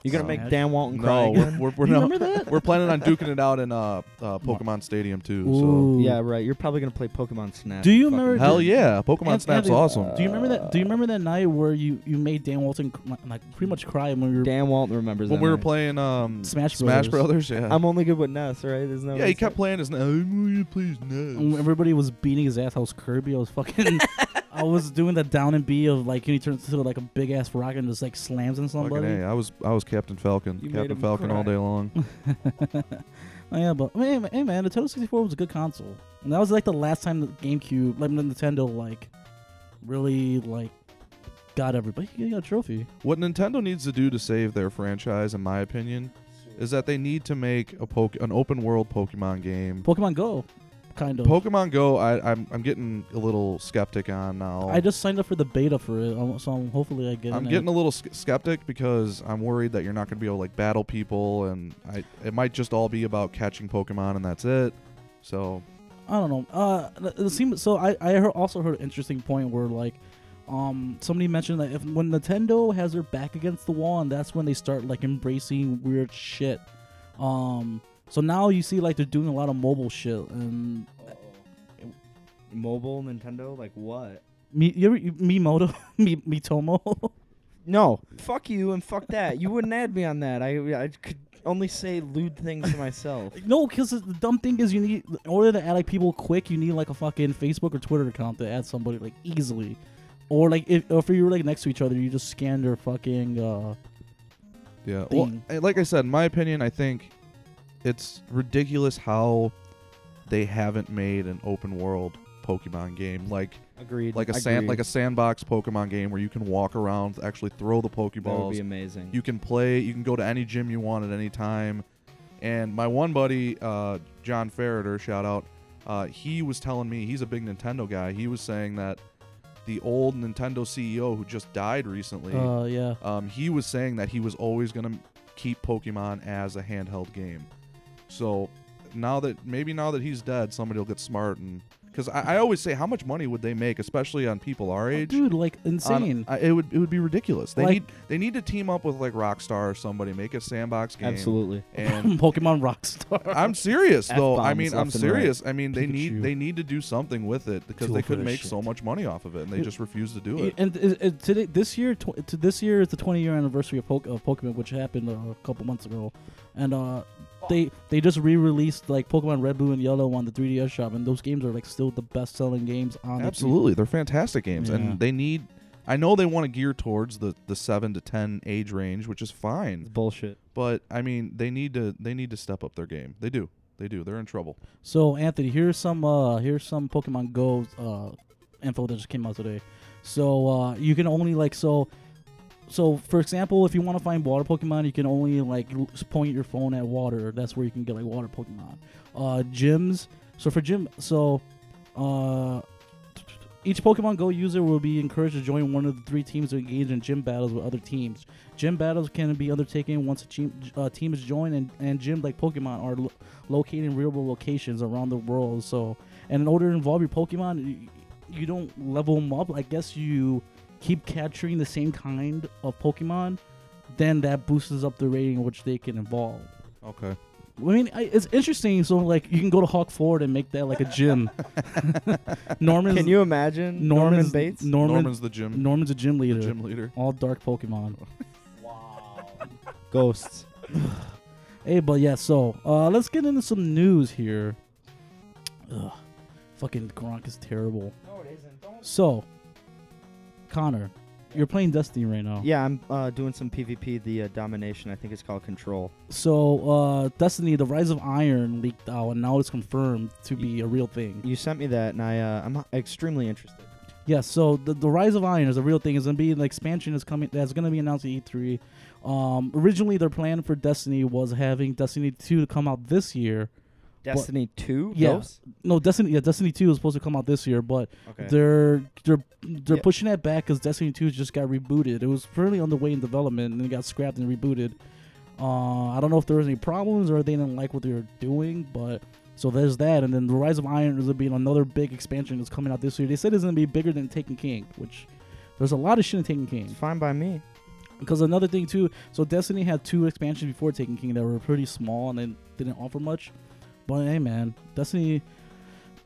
Speaker 2: you're gonna
Speaker 1: uh,
Speaker 2: make Dan Walton cry.
Speaker 3: no,
Speaker 2: again?
Speaker 3: we're, we're, we're
Speaker 1: You
Speaker 3: not.
Speaker 1: remember that?
Speaker 3: We're planning on duking it out in uh, uh Pokemon Stadium too.
Speaker 1: Ooh.
Speaker 2: yeah, right. You're probably gonna play Pokemon Snap.
Speaker 1: Do you
Speaker 2: fucking
Speaker 1: remember-
Speaker 3: So hell
Speaker 1: Dude.
Speaker 3: yeah, Pokemon
Speaker 1: And-
Speaker 3: Snap's
Speaker 1: and-
Speaker 3: awesome.
Speaker 1: Do you remember that? Do you remember that night where you you made Dan Walton cr- like pretty much cry when we were
Speaker 2: Dan Walton remembers
Speaker 3: when
Speaker 2: that
Speaker 3: we were
Speaker 2: night.
Speaker 3: playing um
Speaker 1: Smash
Speaker 3: Smash
Speaker 1: Brothers.
Speaker 3: Brothers, yeah.
Speaker 2: I'm only good with Ness, right? There's no.
Speaker 3: yeah, he kept playing his. Will you please
Speaker 1: and
Speaker 3: no.
Speaker 1: everybody was beating his ass. I was Kirby. I was fucking. I was doing the down and B of like, and he turns into like a big ass rock and just like slams on
Speaker 3: Fucking
Speaker 1: somebody.
Speaker 3: A, I was I was Captain Falcon.
Speaker 2: You made
Speaker 3: Captain
Speaker 2: him
Speaker 3: Falcon all
Speaker 2: cry.
Speaker 3: day long.
Speaker 1: Oh, yeah, but hey, ma- hey, man, Nintendo 64 was a good console, and that was like the last time the GameCube, like the Nintendo, like really like got everybody. You got a trophy.
Speaker 3: What Nintendo needs to do to save their franchise, in my opinion, is that they need to make a poke an open world Pokemon game.
Speaker 1: Pokemon Go, kind of.
Speaker 3: Pokemon Go, I, I'm I'm getting a little skeptic on now.
Speaker 1: I just signed up for the beta for it, um, so I'm, hopefully I get.
Speaker 3: I'm
Speaker 1: in
Speaker 3: getting
Speaker 1: It.
Speaker 3: a little sk- skeptic because I'm worried that you're not going to be able to like battle people, and I it might just all be about catching Pokemon and that's it. So
Speaker 1: I don't know. Uh, th- it seemed, so I I heard, also heard an interesting point where like, um, somebody mentioned that if when Nintendo has their back against the wall, and that's when they start like embracing weird shit. Um, so now you see like they're doing a lot of mobile shit and.
Speaker 2: Oh. Mobile Nintendo, like what?
Speaker 1: Me, you ever, you, Miyamoto, Mi, Mitomo.
Speaker 2: No, fuck you and fuck that. You wouldn't add me on that. I I could only say lewd things to myself.
Speaker 1: no, because the dumb thing is, you need in order to add like people quick, you need like a fucking Facebook or Twitter account to add somebody like easily, or like if, or if you were like next to each other, you just scan their fucking. Uh,
Speaker 3: yeah, well,
Speaker 1: Thing.
Speaker 3: I- like I said, in my opinion, I think it's ridiculous how they haven't made an open world Pokemon game like
Speaker 2: Agreed.
Speaker 3: like a sand like a sandbox Pokemon game where you can walk around, actually throw the
Speaker 2: That would be
Speaker 3: Pokeballs.
Speaker 2: amazing.
Speaker 3: You can play. You can go to any gym you want at any time. And my one buddy, uh, John Ferreter, shout out. Uh, he was telling me he's a big Nintendo guy. He was saying that the old Nintendo CEO who just died recently,
Speaker 2: Oh,
Speaker 1: Uh, yeah.
Speaker 3: um, he was saying that he was always gonna keep Pokemon as a handheld game. So now that maybe now that he's dead, somebody will get smart and because I, I always say how much money would they make, especially on people our
Speaker 1: Oh,
Speaker 3: age.
Speaker 1: dude, like
Speaker 3: on-
Speaker 1: insane.
Speaker 3: I- it would it would be ridiculous. They
Speaker 1: Like-
Speaker 3: need they need to team up with like Rockstar or somebody, make a sandbox game.
Speaker 2: Absolutely.
Speaker 3: And
Speaker 1: Pokemon Rockstar.
Speaker 3: I'm serious though. I
Speaker 2: F-bombs
Speaker 3: mean, I'm
Speaker 2: left and right.
Speaker 3: serious. I mean, they
Speaker 1: Pikachu.
Speaker 3: need they need to do something with it because
Speaker 1: Tool
Speaker 3: they
Speaker 1: for
Speaker 3: could
Speaker 1: the
Speaker 3: make
Speaker 1: shit.
Speaker 3: so much money off of it, and they
Speaker 1: It-
Speaker 3: just refuse to do it.
Speaker 1: And is- is today, this year, tw- to this year is the 20 year anniversary of, Poke- of Pokemon, which happened uh, a couple months ago, and uh, they they just re-released like Pokemon Red, Blue, and Yellow on the 3DS shop, and those games are like still the best-selling games on.
Speaker 3: Absolutely, they're fantastic games,
Speaker 1: Yeah.
Speaker 3: and they need. I know they want to gear towards the the seven to ten age range, which is
Speaker 2: It's
Speaker 3: fine.
Speaker 2: bullshit.
Speaker 3: But I mean, they need to they need to step up their game. They do. They do. They're in trouble.
Speaker 1: The 3- so Anthony, here's some uh, here's some Pokemon Go uh, info that just came out today. So uh, you can only like so. So, for example, if you want to find water Pokemon, you can only like l- point your phone at water. That's where you can get like water Pokemon. Uh, gyms. So for gym, so uh, each Pokemon Go user will be encouraged to join one of the three teams to engage in gym battles with other teams. Gym battles can be undertaken once a team, uh, team is joined, and, and gym like Pokemon are lo- located in real world locations around the world. So, and in order to involve your Pokemon, you, you don't level them up. I guess you keep capturing the same kind of Pokemon, then that boosts up the rating in which they can evolve.
Speaker 3: Okay.
Speaker 1: I mean, I, it's interesting. So, like, you can go to Hawk Ford and make that like a gym. Norman's
Speaker 2: Can you imagine Norman
Speaker 1: Norman's,
Speaker 2: Bates?
Speaker 1: Norman, Norman's,
Speaker 3: Norman's the gym
Speaker 1: a gym leader.
Speaker 3: the gym leader.
Speaker 1: All dark Pokemon.
Speaker 2: Ghosts.
Speaker 1: Hey, but yeah. So uh, let's get into some news here. Ugh, fucking Gronk is terrible.
Speaker 2: No, it isn't. Don't.
Speaker 1: So, Connor, you're playing Destiny right now.
Speaker 2: Yeah, I'm uh, doing some PvP. The uh, domination. I think it's called Control.
Speaker 1: So, uh, Destiny: The Rise of Iron leaked out, and now it's confirmed to be a real thing.
Speaker 2: You sent me that, and I uh, I'm extremely interested.
Speaker 1: Yeah, so the, the Rise of Iron is a real thing. It's gonna be an expansion is coming that's gonna be announced at E3. Um, originally their plan for Destiny was having Destiny 2 to come out this year.
Speaker 2: Destiny Two.
Speaker 1: Yeah.
Speaker 2: Ghosts?
Speaker 1: No, Destiny yeah, Destiny 2 was supposed to come out this year, but
Speaker 2: Okay.
Speaker 1: they're they're they're
Speaker 2: Yeah.
Speaker 1: pushing that back because Destiny 2 just got rebooted. It was fairly underway in development and it got scrapped and rebooted. Uh, I don't know if there was any problems or they didn't like what they were doing, but so there's that. And then the Rise of Iron is gonna be another big expansion that's coming out this year. They said it's gonna be bigger than Taken King, which there's a lot of shit in Taken King.
Speaker 2: It's fine by me.
Speaker 1: Because another thing too, so Destiny had two expansions before Taken King that were pretty small and they didn't offer much. But hey, man, Destiny.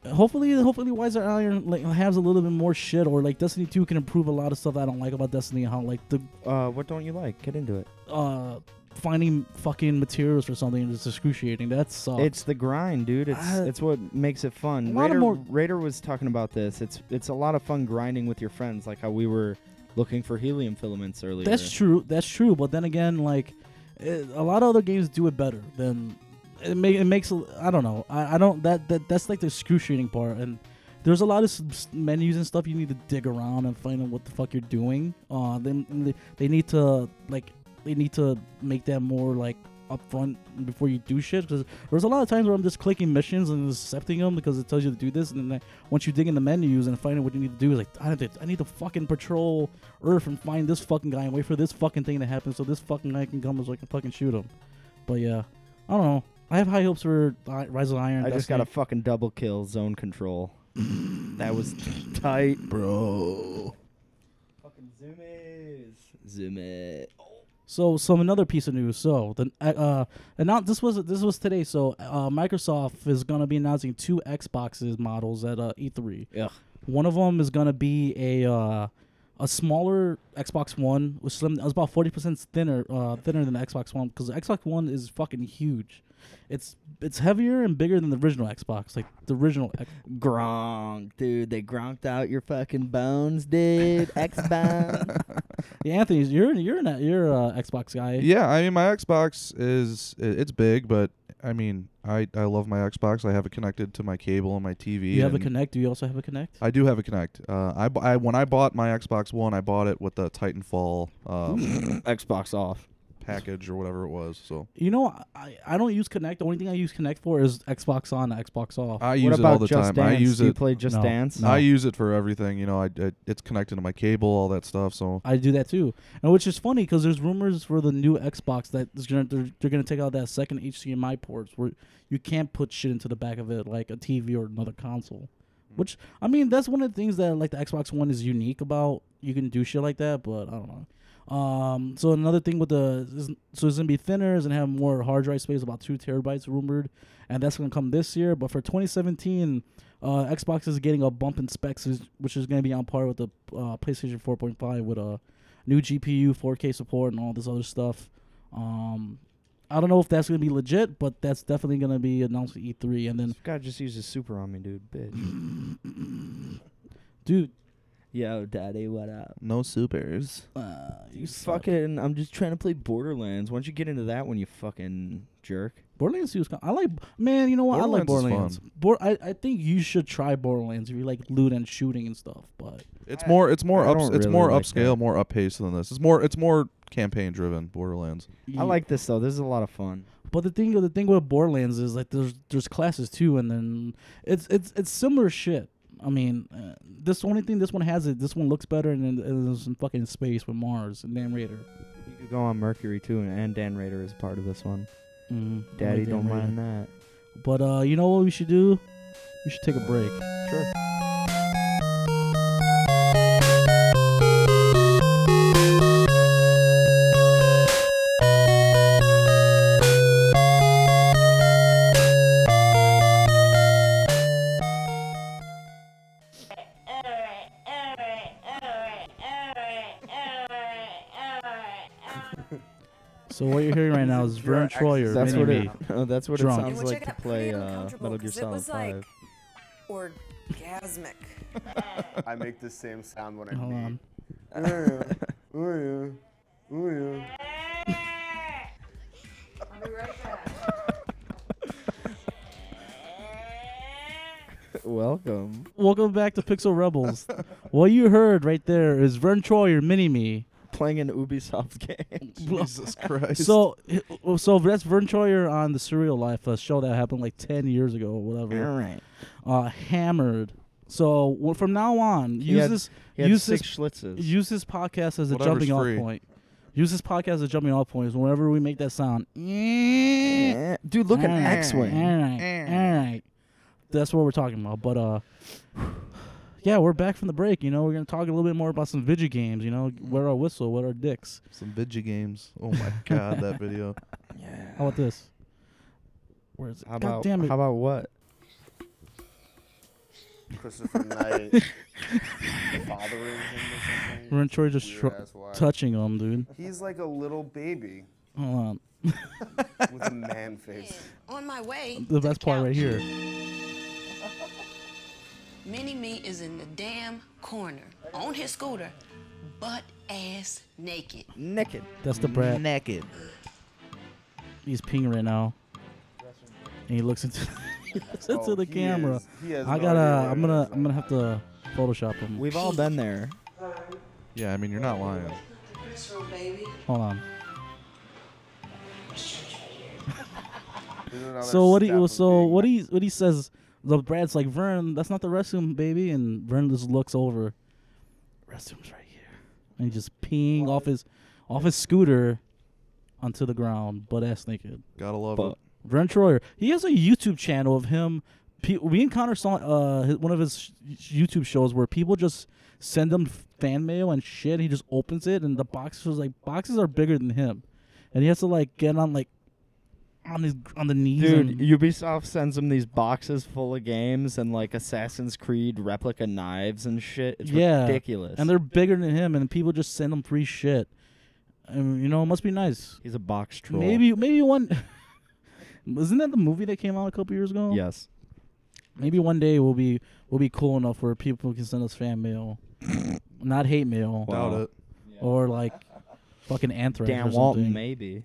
Speaker 1: Hopefully, hopefully, Wise Iron like has a little bit more shit, or like Destiny Two can improve a lot of stuff I don't like about Destiny. How like the
Speaker 2: Uh, what don't you like? Get into it.
Speaker 1: uh finding fucking materials for something is excruciating. That sucks.
Speaker 2: It's the grind, dude. It's
Speaker 1: Uh,
Speaker 2: it's what makes it fun.
Speaker 1: a lot of
Speaker 2: Raider,
Speaker 1: more-
Speaker 2: Raider was talking about this. It's it's a lot of fun grinding with your friends, like how we were looking for helium filaments earlier.
Speaker 1: That's true. That's true. But then again, like eh, a lot of other games do it better than it, ma- it makes. a- I don't know. I, I don't that, that that's like the excruciating part. And there's a lot of s- s- menus and stuff you need to dig around and find out what the fuck you're doing. Uh, then they need to like they need to make that more like upfront before you do shit because there's a lot of times where I'm just clicking missions and accepting them because it tells you to do this and then I, once you dig in the menus and find out what you need to do is like I need to, I need to fucking patrol Earth and find this fucking guy and wait for this fucking thing to happen so this fucking guy can come so I can fucking shoot him. But yeah, I don't know. I have high hopes for I- Rise of Iron.
Speaker 2: I just got a fucking double kill zone control. that was tight, bro. Fucking zoomies. Zoom it.
Speaker 1: So, some another piece of news. So, the uh, and now this was this was today. So, uh, Microsoft is gonna be announcing two Xboxes models at uh, E3.
Speaker 2: Ugh.
Speaker 1: One of them is gonna be a uh, a smaller Xbox One, which slim. It's about forty percent thinner, uh, thinner than the Xbox One, because the Xbox One is fucking huge. It's it's heavier and bigger than the original Xbox, like the original. X-
Speaker 2: Gronk, dude. They gronked out your fucking bones, dude. X bone.
Speaker 1: yeah, Anthony, you're you're an, you're a Xbox guy.
Speaker 3: Yeah, I mean, my Xbox is i- it's big, but I mean, I I love my Xbox. I have it connected to my cable and my TV.
Speaker 1: You have a
Speaker 3: and-
Speaker 1: Connect. Do you also have a Connect?
Speaker 3: I do have a Connect. Uh, I, bu- I when I bought my Xbox One, I bought it with the Titanfall. Um,
Speaker 2: Xbox off.
Speaker 3: package or whatever it was. So
Speaker 1: You know, I, I don't use Connect. The only thing I use Connect for is Xbox on, Xbox off.
Speaker 3: I
Speaker 2: what
Speaker 3: use it
Speaker 2: about
Speaker 3: all the
Speaker 2: Just
Speaker 3: time. I
Speaker 2: Dance?
Speaker 3: use
Speaker 2: Do you
Speaker 3: it.
Speaker 2: play Just
Speaker 1: No.
Speaker 2: Dance?
Speaker 1: No.
Speaker 3: I use it for everything. You know, I, I it's connected to my cable, all that stuff. So
Speaker 1: I do that too, and which is funny because there's rumors for the new Xbox that is gonna they're, they're gonna take out that second HDMI ports where you can't put shit into the back of it like a TV or another console. Which I mean, that's one of the things that like the Xbox One is unique about. You can do shit like that, but I don't know. Um, so another thing with the is, so it's gonna be thinner, it's gonna have more hard drive space, about two terabytes rumored, and that's gonna come this year. But for 2017, uh, Xbox is getting a bump in specs, is- which is gonna be on par with the uh, PlayStation 4.5 with a new GPU, 4K support, and all this other stuff. Um, I don't know if that's gonna be legit, but that's definitely gonna be announced at E3. And then,
Speaker 2: This guy just uses super on me, dude. Bitch.
Speaker 1: dude,
Speaker 2: Yo, daddy, what up?
Speaker 4: No supers.
Speaker 1: uh, you
Speaker 2: You
Speaker 1: suck.
Speaker 2: fucking. I'm just trying to play Borderlands. Why don't you get into that when you fucking jerk?
Speaker 1: Borderlands 2 is kind I like, man, you know what? I like
Speaker 3: Borderlands
Speaker 1: Borderlands.
Speaker 3: is
Speaker 1: Bor- I, I think you should try Borderlands if you like loot and shooting and stuff, but
Speaker 3: it's
Speaker 2: I-
Speaker 3: more it's more
Speaker 2: I
Speaker 3: up
Speaker 2: don't
Speaker 3: it's
Speaker 2: really
Speaker 3: more
Speaker 2: like
Speaker 3: upscale,
Speaker 2: that.
Speaker 3: more up paced than this. It's more it's more campaign driven. Borderlands.
Speaker 2: I like this though. This is a lot of fun.
Speaker 1: But the thing, the thing with Borderlands is like there's there's classes too, and then it's it's it's similar shit. I mean, uh, this only thing this one has it. This one looks better, and then and there's some fucking space with Mars and Dan Raider.
Speaker 2: You could go on Mercury too, and, and Dan Raider is part of this one.
Speaker 1: Mm,
Speaker 2: Mm-hmm. Daddy, don't mind that.
Speaker 1: But uh, you know what we should do? We should take a break.
Speaker 2: Sure.
Speaker 1: So what you're hearing right now is Vern Troyer.
Speaker 2: That's
Speaker 1: Mini
Speaker 2: what
Speaker 1: Me.
Speaker 2: it. Oh, that's what
Speaker 1: Drunk.
Speaker 2: it
Speaker 1: And
Speaker 2: sounds like to play uh, Metal Gear
Speaker 5: it
Speaker 2: Solid
Speaker 5: was
Speaker 2: Five.
Speaker 5: like orgasmic.
Speaker 6: I make the same sound when I
Speaker 1: Hold on.
Speaker 6: beat. Oh yeah, oh yeah, oh yeah.
Speaker 5: I'll be right back.
Speaker 2: Welcome.
Speaker 1: Welcome back to Pixel Rebels. what you heard right there is Vern Troyer, Mini Me.
Speaker 2: Playing an Ubisoft game.
Speaker 3: Jesus Christ.
Speaker 1: So, so that's Vern Troyer on the Serial Life, a show that happened like ten years ago, or whatever.
Speaker 2: right.
Speaker 1: Uh, hammered. So wh- from now on,
Speaker 2: He
Speaker 1: use
Speaker 2: had-
Speaker 1: this
Speaker 2: He had
Speaker 1: use
Speaker 2: six
Speaker 1: this
Speaker 2: schlitzes.
Speaker 1: use this podcast as a
Speaker 3: Whatever's
Speaker 1: jumping
Speaker 3: free.
Speaker 1: off point. Use this podcast as a jumping off point. Is whenever we make that sound. Dude,
Speaker 2: Eh, Dude, look at X-wing.
Speaker 1: All right, all right. That's what we're talking about. But uh, yeah, we're back from the break. You know, we're gonna talk a little bit more about some video games. You know, where our whistle, what our dicks.
Speaker 3: Some video games. Oh my god, that video.
Speaker 1: How about this? Where is it?
Speaker 2: How
Speaker 1: God
Speaker 2: about
Speaker 1: damn it.
Speaker 2: how about what?
Speaker 6: Christopher Knight, fathering him or something.
Speaker 1: We're in charge of
Speaker 6: Weird
Speaker 1: stro-
Speaker 6: ass wife.
Speaker 1: touching him, dude.
Speaker 6: He's like a little baby
Speaker 1: Hold on.
Speaker 6: with a man face.
Speaker 5: On my way.
Speaker 1: The best part right here.
Speaker 5: Mini Me is in the damn corner on his scooter, butt ass naked.
Speaker 2: Naked.
Speaker 1: That's the brat.
Speaker 4: Naked.
Speaker 1: He's ping right now. And he looks into he looks into
Speaker 6: Oh,
Speaker 1: the
Speaker 6: he
Speaker 1: camera.
Speaker 6: is- he has
Speaker 1: I
Speaker 6: no
Speaker 1: gotta
Speaker 6: idea
Speaker 1: I'm
Speaker 6: what it
Speaker 1: gonna
Speaker 6: is.
Speaker 1: I'm gonna have to Photoshop him.
Speaker 2: We've all been there.
Speaker 3: Yeah, I mean you're not lying.
Speaker 5: So baby.
Speaker 1: Hold on.
Speaker 6: This is another
Speaker 1: So what he
Speaker 6: step
Speaker 1: well,
Speaker 6: of
Speaker 1: so
Speaker 6: being
Speaker 1: what he what he says the brat's like Vern, that's not the restroom, baby, and Vern just looks over. Restroom's right here. And he just peeing off his off his scooter onto the ground, butt ass naked.
Speaker 3: Gotta love
Speaker 2: But-
Speaker 3: it.
Speaker 1: Brent Troyer. He has a YouTube channel of him. Pe- we and Connor saw uh, his, one of his sh- YouTube shows where people just send him fan mail and shit. He just opens it, and the boxes was like boxes are bigger than him, and he has to like get on like on his on the knees.
Speaker 2: Dude,
Speaker 1: and-
Speaker 2: Ubisoft sends them these boxes full of games and like Assassin's Creed replica knives and shit. It's
Speaker 1: Yeah.
Speaker 2: ridiculous.
Speaker 1: and they're bigger than him, and people just send him free shit. And you know, it must be nice.
Speaker 2: he's a box troll.
Speaker 1: Maybe maybe one. Isn't that the movie that came out a couple years ago?
Speaker 2: Yes.
Speaker 1: Maybe one day we'll be we'll be cool enough where people can send us fan mail, not hate mail,
Speaker 2: Wow.
Speaker 3: Doubt it.
Speaker 1: or like fucking anthrax. or
Speaker 2: Dan
Speaker 1: something.
Speaker 2: Walton, maybe.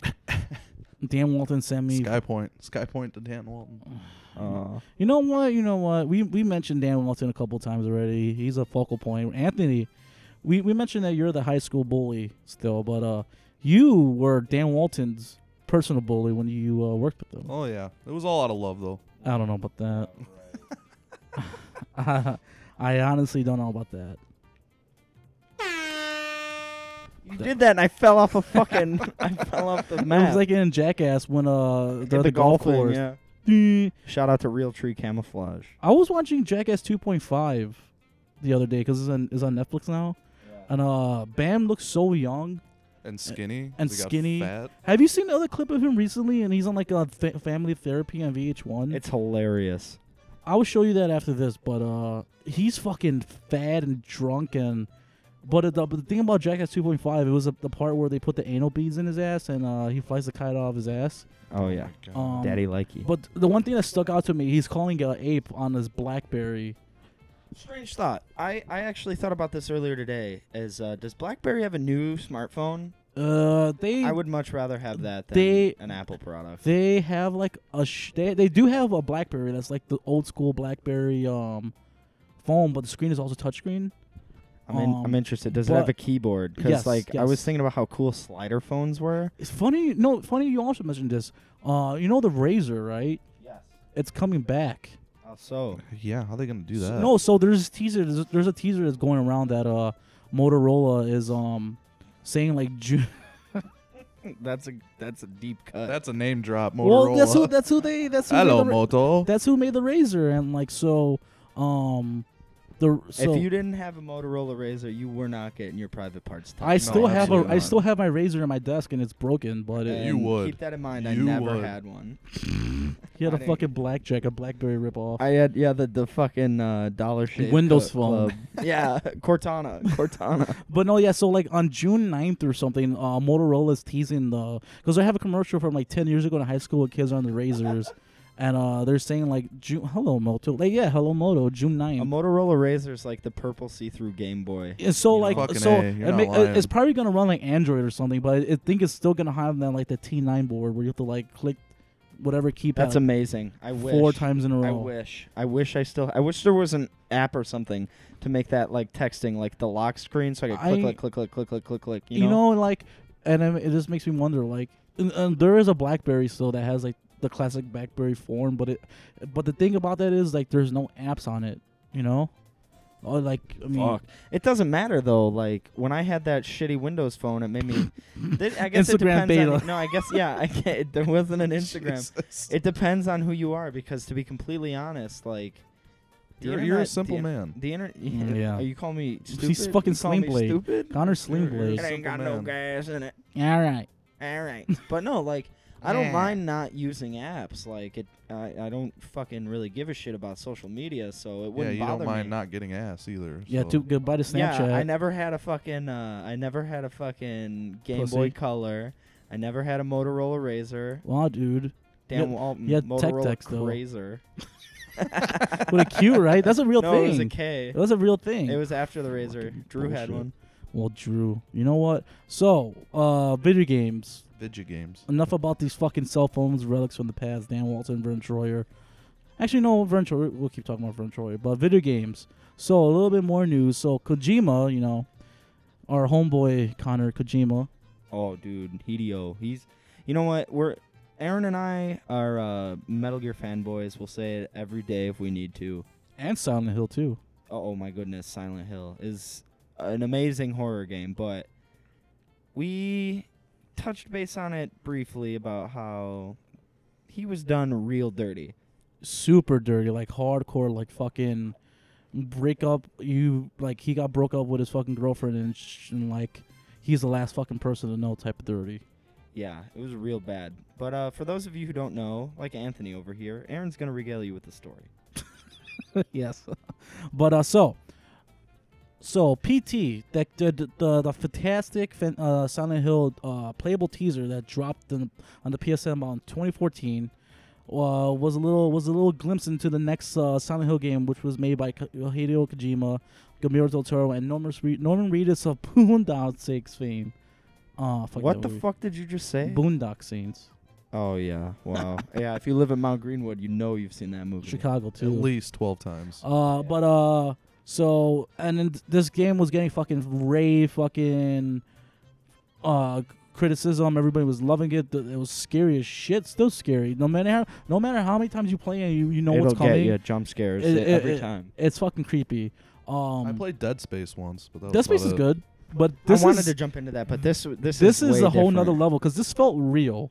Speaker 1: Dan Walton sent me.
Speaker 3: Skypoint. Skypoint to Dan Walton.
Speaker 1: Mm.
Speaker 2: Uh,
Speaker 1: You know what? You know what? We we mentioned Dan Walton a couple times already. He's a focal point. Anthony, we we mentioned that you're the high school bully still, but uh, You were Dan Walton's personal bully when you uh, worked with them.
Speaker 3: Oh yeah, it was all out of love though.
Speaker 1: I don't know about that. I honestly don't know about that.
Speaker 2: You did that, and I fell off a fucking. I fell off the map.
Speaker 1: It was like in Jackass when uh
Speaker 2: Did
Speaker 1: the, the golf
Speaker 2: thing,
Speaker 1: course. Mm-hmm.
Speaker 2: yeah.
Speaker 1: Eh.
Speaker 2: Shout out to Real Tree Camouflage.
Speaker 1: I was watching Jackass 2.5 the other day because it's on, it's on Netflix now, and uh Bam looks so young.
Speaker 3: And skinny.
Speaker 1: and
Speaker 3: they got
Speaker 1: skinny.
Speaker 3: Fat.
Speaker 1: Have you seen the other clip of him recently? And he's on like a th- family therapy on VH1.
Speaker 2: It's hilarious.
Speaker 1: I will show you that after this, but uh, he's fucking fat and drunk and. But the, but the thing about Jackass 2.5, it was a, the part where they put the anal beads in his ass and uh, he flies the kite off his ass.
Speaker 2: Oh yeah,
Speaker 3: my God.
Speaker 1: Um,
Speaker 2: Daddy Likey.
Speaker 1: But the one thing that stuck out to me, he's calling a ape on his BlackBerry.
Speaker 2: strange thought. I I actually thought about this earlier today. Is uh, does BlackBerry have a new smartphone?
Speaker 1: Uh, they
Speaker 2: I would much rather have that than
Speaker 1: They-
Speaker 2: an Apple product.
Speaker 1: they have like a sh- they, they do have a BlackBerry that's like the old school BlackBerry um phone, but the screen is also touchscreen.
Speaker 2: I'm in,
Speaker 1: um,
Speaker 2: I'm interested. Does it
Speaker 1: but-
Speaker 2: have a keyboard? Because
Speaker 1: Yes,
Speaker 2: like I was
Speaker 1: yes.
Speaker 2: thinking about how cool slider phones were.
Speaker 1: It's funny, no, funny you also mentioned this. Uh, you know the Razor, right?
Speaker 2: Yes.
Speaker 1: It's coming back.
Speaker 2: Oh, so
Speaker 3: yeah, how they gonna do
Speaker 1: So-
Speaker 3: that?
Speaker 1: no, so there's this teaser. There's, there's a teaser that's going around that uh, Motorola is um saying like June.
Speaker 2: that's a that's a deep cut.
Speaker 3: that's a name drop. Motorola.
Speaker 1: Well, that's who that's who they that's who
Speaker 3: Hello,
Speaker 1: made the, ra-
Speaker 3: Moto.
Speaker 1: that's who made the Razor and like so um the so
Speaker 2: if you didn't have a Motorola Razor, you were not getting your private parts.
Speaker 1: I
Speaker 2: done.
Speaker 1: still have a
Speaker 3: absolutely
Speaker 1: I
Speaker 3: not.
Speaker 1: still have my Razor in my desk and it's broken, but it,
Speaker 2: And
Speaker 3: You would.
Speaker 2: keep that in mind. I
Speaker 3: You
Speaker 2: never
Speaker 3: would.
Speaker 2: had one.
Speaker 1: he had
Speaker 2: I
Speaker 1: a
Speaker 2: didn't-
Speaker 1: fucking blackjack, a BlackBerry ripoff.
Speaker 2: I had yeah the the fucking uh, dollar shit
Speaker 1: Windows Phone.
Speaker 2: yeah, Cortana, Cortana.
Speaker 1: But no, yeah. So like on June 9th or something, uh, Motorola's teasing the because I have a commercial from like ten years ago in high school with kids on the razors, and uh, they're saying like June, hello Moto, like yeah, hello Moto, June
Speaker 2: a
Speaker 1: 9th.
Speaker 2: Motorola Razor is like the purple see-through Game Boy.
Speaker 1: And so
Speaker 2: You
Speaker 1: like
Speaker 3: Fucking
Speaker 1: so
Speaker 3: A, you're
Speaker 1: it
Speaker 3: not
Speaker 1: ma-
Speaker 3: lying.
Speaker 1: it's probably gonna run like Android or something, but I think it's still gonna have that like the T9 board where you have to like click whatever keypad
Speaker 2: That's
Speaker 1: like,
Speaker 2: amazing. I wish.
Speaker 1: four times in a
Speaker 2: I
Speaker 1: row.
Speaker 2: wish. I wish I still. I wish there was an app or something to make that like texting, like the lock screen, so I could
Speaker 1: I-
Speaker 2: click, click, click, click, click, click, click, click. You,
Speaker 1: you know, like, and I, it just makes me wonder, like, and, and there is a BlackBerry still that has like the classic BlackBerry form, but it, but the thing about that is like, there's no apps on it, you know, or like, I mean,
Speaker 2: Fuck. It doesn't matter though. Like when I had that shitty Windows phone, it made me. Th- I guess it
Speaker 1: Instagram
Speaker 2: depends on-
Speaker 1: beta.
Speaker 2: no, I guess yeah. I can't, there wasn't an Instagram.
Speaker 3: Jesus.
Speaker 2: It depends on who you are, because to be completely honest, like the
Speaker 3: You're,
Speaker 2: internet,
Speaker 3: you're a
Speaker 2: the
Speaker 3: simple
Speaker 2: in-
Speaker 3: man.
Speaker 2: The internet.
Speaker 1: Mm, yeah.
Speaker 2: Yeah. you call me stupid?
Speaker 1: He's fucking
Speaker 2: You call me
Speaker 1: Slingblade.
Speaker 2: Stupid.
Speaker 1: Connor
Speaker 2: It
Speaker 3: He's
Speaker 1: Slingblade.
Speaker 3: a
Speaker 2: ain't got
Speaker 3: simple
Speaker 2: no
Speaker 3: man.
Speaker 2: gas in it.
Speaker 1: All right.
Speaker 2: All right. But no, like I don't mind not using apps. Like it, I, I don't fucking really give a shit about social media, so it
Speaker 3: Yeah,
Speaker 2: wouldn't
Speaker 3: you
Speaker 2: bother
Speaker 3: don't mind
Speaker 2: me.
Speaker 3: not getting ass either.
Speaker 1: Yeah,
Speaker 3: so.
Speaker 1: to goodbye to Snapchat.
Speaker 2: Yeah, I never had a fucking, uh, I never had a fucking Game
Speaker 1: Pussy.
Speaker 2: Boy Color. I never had a Motorola Razor.
Speaker 1: Wow, dude,
Speaker 2: Damn,
Speaker 1: Yeah,
Speaker 2: all
Speaker 1: yeah, tech
Speaker 2: Motorola
Speaker 1: decks, though.
Speaker 2: Razor.
Speaker 1: what a cute, right? That's a real
Speaker 2: no,
Speaker 1: thing.
Speaker 2: it was a K.
Speaker 1: That was a real thing.
Speaker 2: It was after the Razor. Drew had
Speaker 1: bullshit.
Speaker 2: one.
Speaker 1: well, Drew, you know what? So, uh, video games.
Speaker 3: Video games.
Speaker 1: enough about these fucking cell phones, relics from the past, Dan Walton, Vern Troyer. Actually, no, Vern Troyer, we'll keep talking about Vern Troyer, but video games. So, a little bit more news. So, Kojima, you know, our homeboy Connor Kojima.
Speaker 2: Oh, dude, Hideo. He's, you know what? We're Aaron and I are uh, Metal Gear fanboys. We'll say it every day if we need to.
Speaker 1: And Silent Hill, too.
Speaker 2: oh my goodness, Silent Hill is an amazing horror game, but we touched base on it briefly about how he was done real dirty.
Speaker 1: Super dirty, like hardcore, like fucking break up. You, like, he got broke up with his fucking girlfriend, and, sh- and like, he's the last fucking person to know type of dirty.
Speaker 2: Yeah, it was real bad. But uh, for those of you who don't know, like Anthony over here, Aaron's gonna regale you with the story.
Speaker 1: yes. But uh, so, so PT that the the, the, the fantastic fan- uh, Silent Hill uh, playable teaser that dropped in, on the PSN on 2014 uh, was a little was a little glimpse into the next uh, Silent Hill game, which was made by Ko- Hideo Kojima, Guillermo del Toro, and Norman Reed- Norman Reedus of Boondock Saints fame. Uh, fuck
Speaker 2: what
Speaker 1: that
Speaker 2: the
Speaker 1: movie.
Speaker 2: fuck eh? did you just say?
Speaker 1: Boondock Saints,
Speaker 2: oh yeah, wow. yeah, if you live in Mount Greenwood, you know you've seen that movie.
Speaker 1: Chicago
Speaker 3: At
Speaker 1: too.
Speaker 3: least twelve times.
Speaker 1: Uh, but uh, so and then th- this game was getting fucking rave fucking uh c- criticism. Everybody was loving it. Th- It was scary as shit. Still scary. No matter how, no matter how many times you play it, you, you know
Speaker 2: It'll
Speaker 1: what's coming.
Speaker 2: get you jump scares
Speaker 1: It-
Speaker 2: e-
Speaker 1: it-
Speaker 2: every
Speaker 1: it-
Speaker 2: time.
Speaker 1: It's fucking creepy.
Speaker 3: I
Speaker 1: Um,
Speaker 3: played Dead Space once, but that was
Speaker 1: Dead Space
Speaker 3: about
Speaker 1: is
Speaker 3: it.
Speaker 1: good, but this
Speaker 2: I wanted
Speaker 1: is
Speaker 2: to jump into that, but this this
Speaker 1: this
Speaker 2: is,
Speaker 1: is
Speaker 2: way
Speaker 1: a whole
Speaker 2: different.
Speaker 1: nother level because this felt real.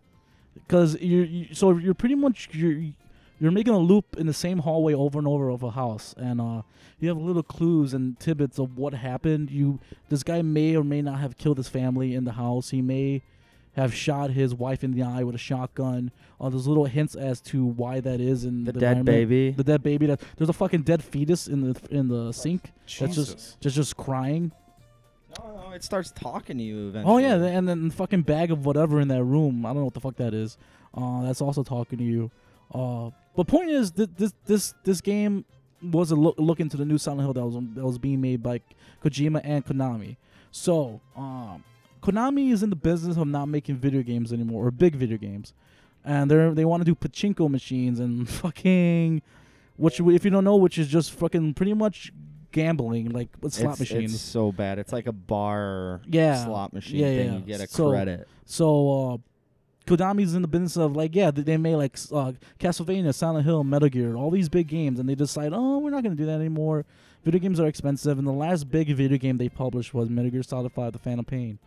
Speaker 1: Because you're you, so you're pretty much you're you're making a loop in the same hallway over and over of a house, and uh, you have little clues and tidbits of what happened. You this guy may or may not have killed his family in the house. He may have shot his wife in the eye with a shotgun. Uh, there's little hints as to why that is and
Speaker 2: The dead baby.
Speaker 1: The dead baby. That there's a fucking dead fetus in the in the sink. That's
Speaker 3: Jesus.
Speaker 1: just just just crying.
Speaker 2: No, no, Oh, it starts talking to you eventually.
Speaker 1: Oh yeah, th- and then the fucking bag of whatever in that room. I don't know what the fuck that is. Uh, that's also talking to you. Uh, but point is, th- this this this game was a look, look into the new Silent Hill that was that was being made by Kojima and Konami. So um, Konami is in the business of not making video games anymore or big video games, and they're they want to do pachinko machines and fucking which if you don't know, which is just fucking pretty much gambling like with slot
Speaker 2: it's,
Speaker 1: machines.
Speaker 2: It's so bad. It's like a bar
Speaker 1: Yeah.
Speaker 2: slot machine
Speaker 1: Yeah,
Speaker 2: thing.
Speaker 1: yeah.
Speaker 2: You get a
Speaker 1: So-
Speaker 2: credit.
Speaker 1: So uh, Konami's in the business of like, yeah, they- they made like s- uh, Castlevania, Silent Hill, Metal Gear, all these big games, and they decide, oh, we're not gonna do that anymore. Video games are expensive, and the last big video game they published was Metal Gear Solid 5: The Phantom Pain,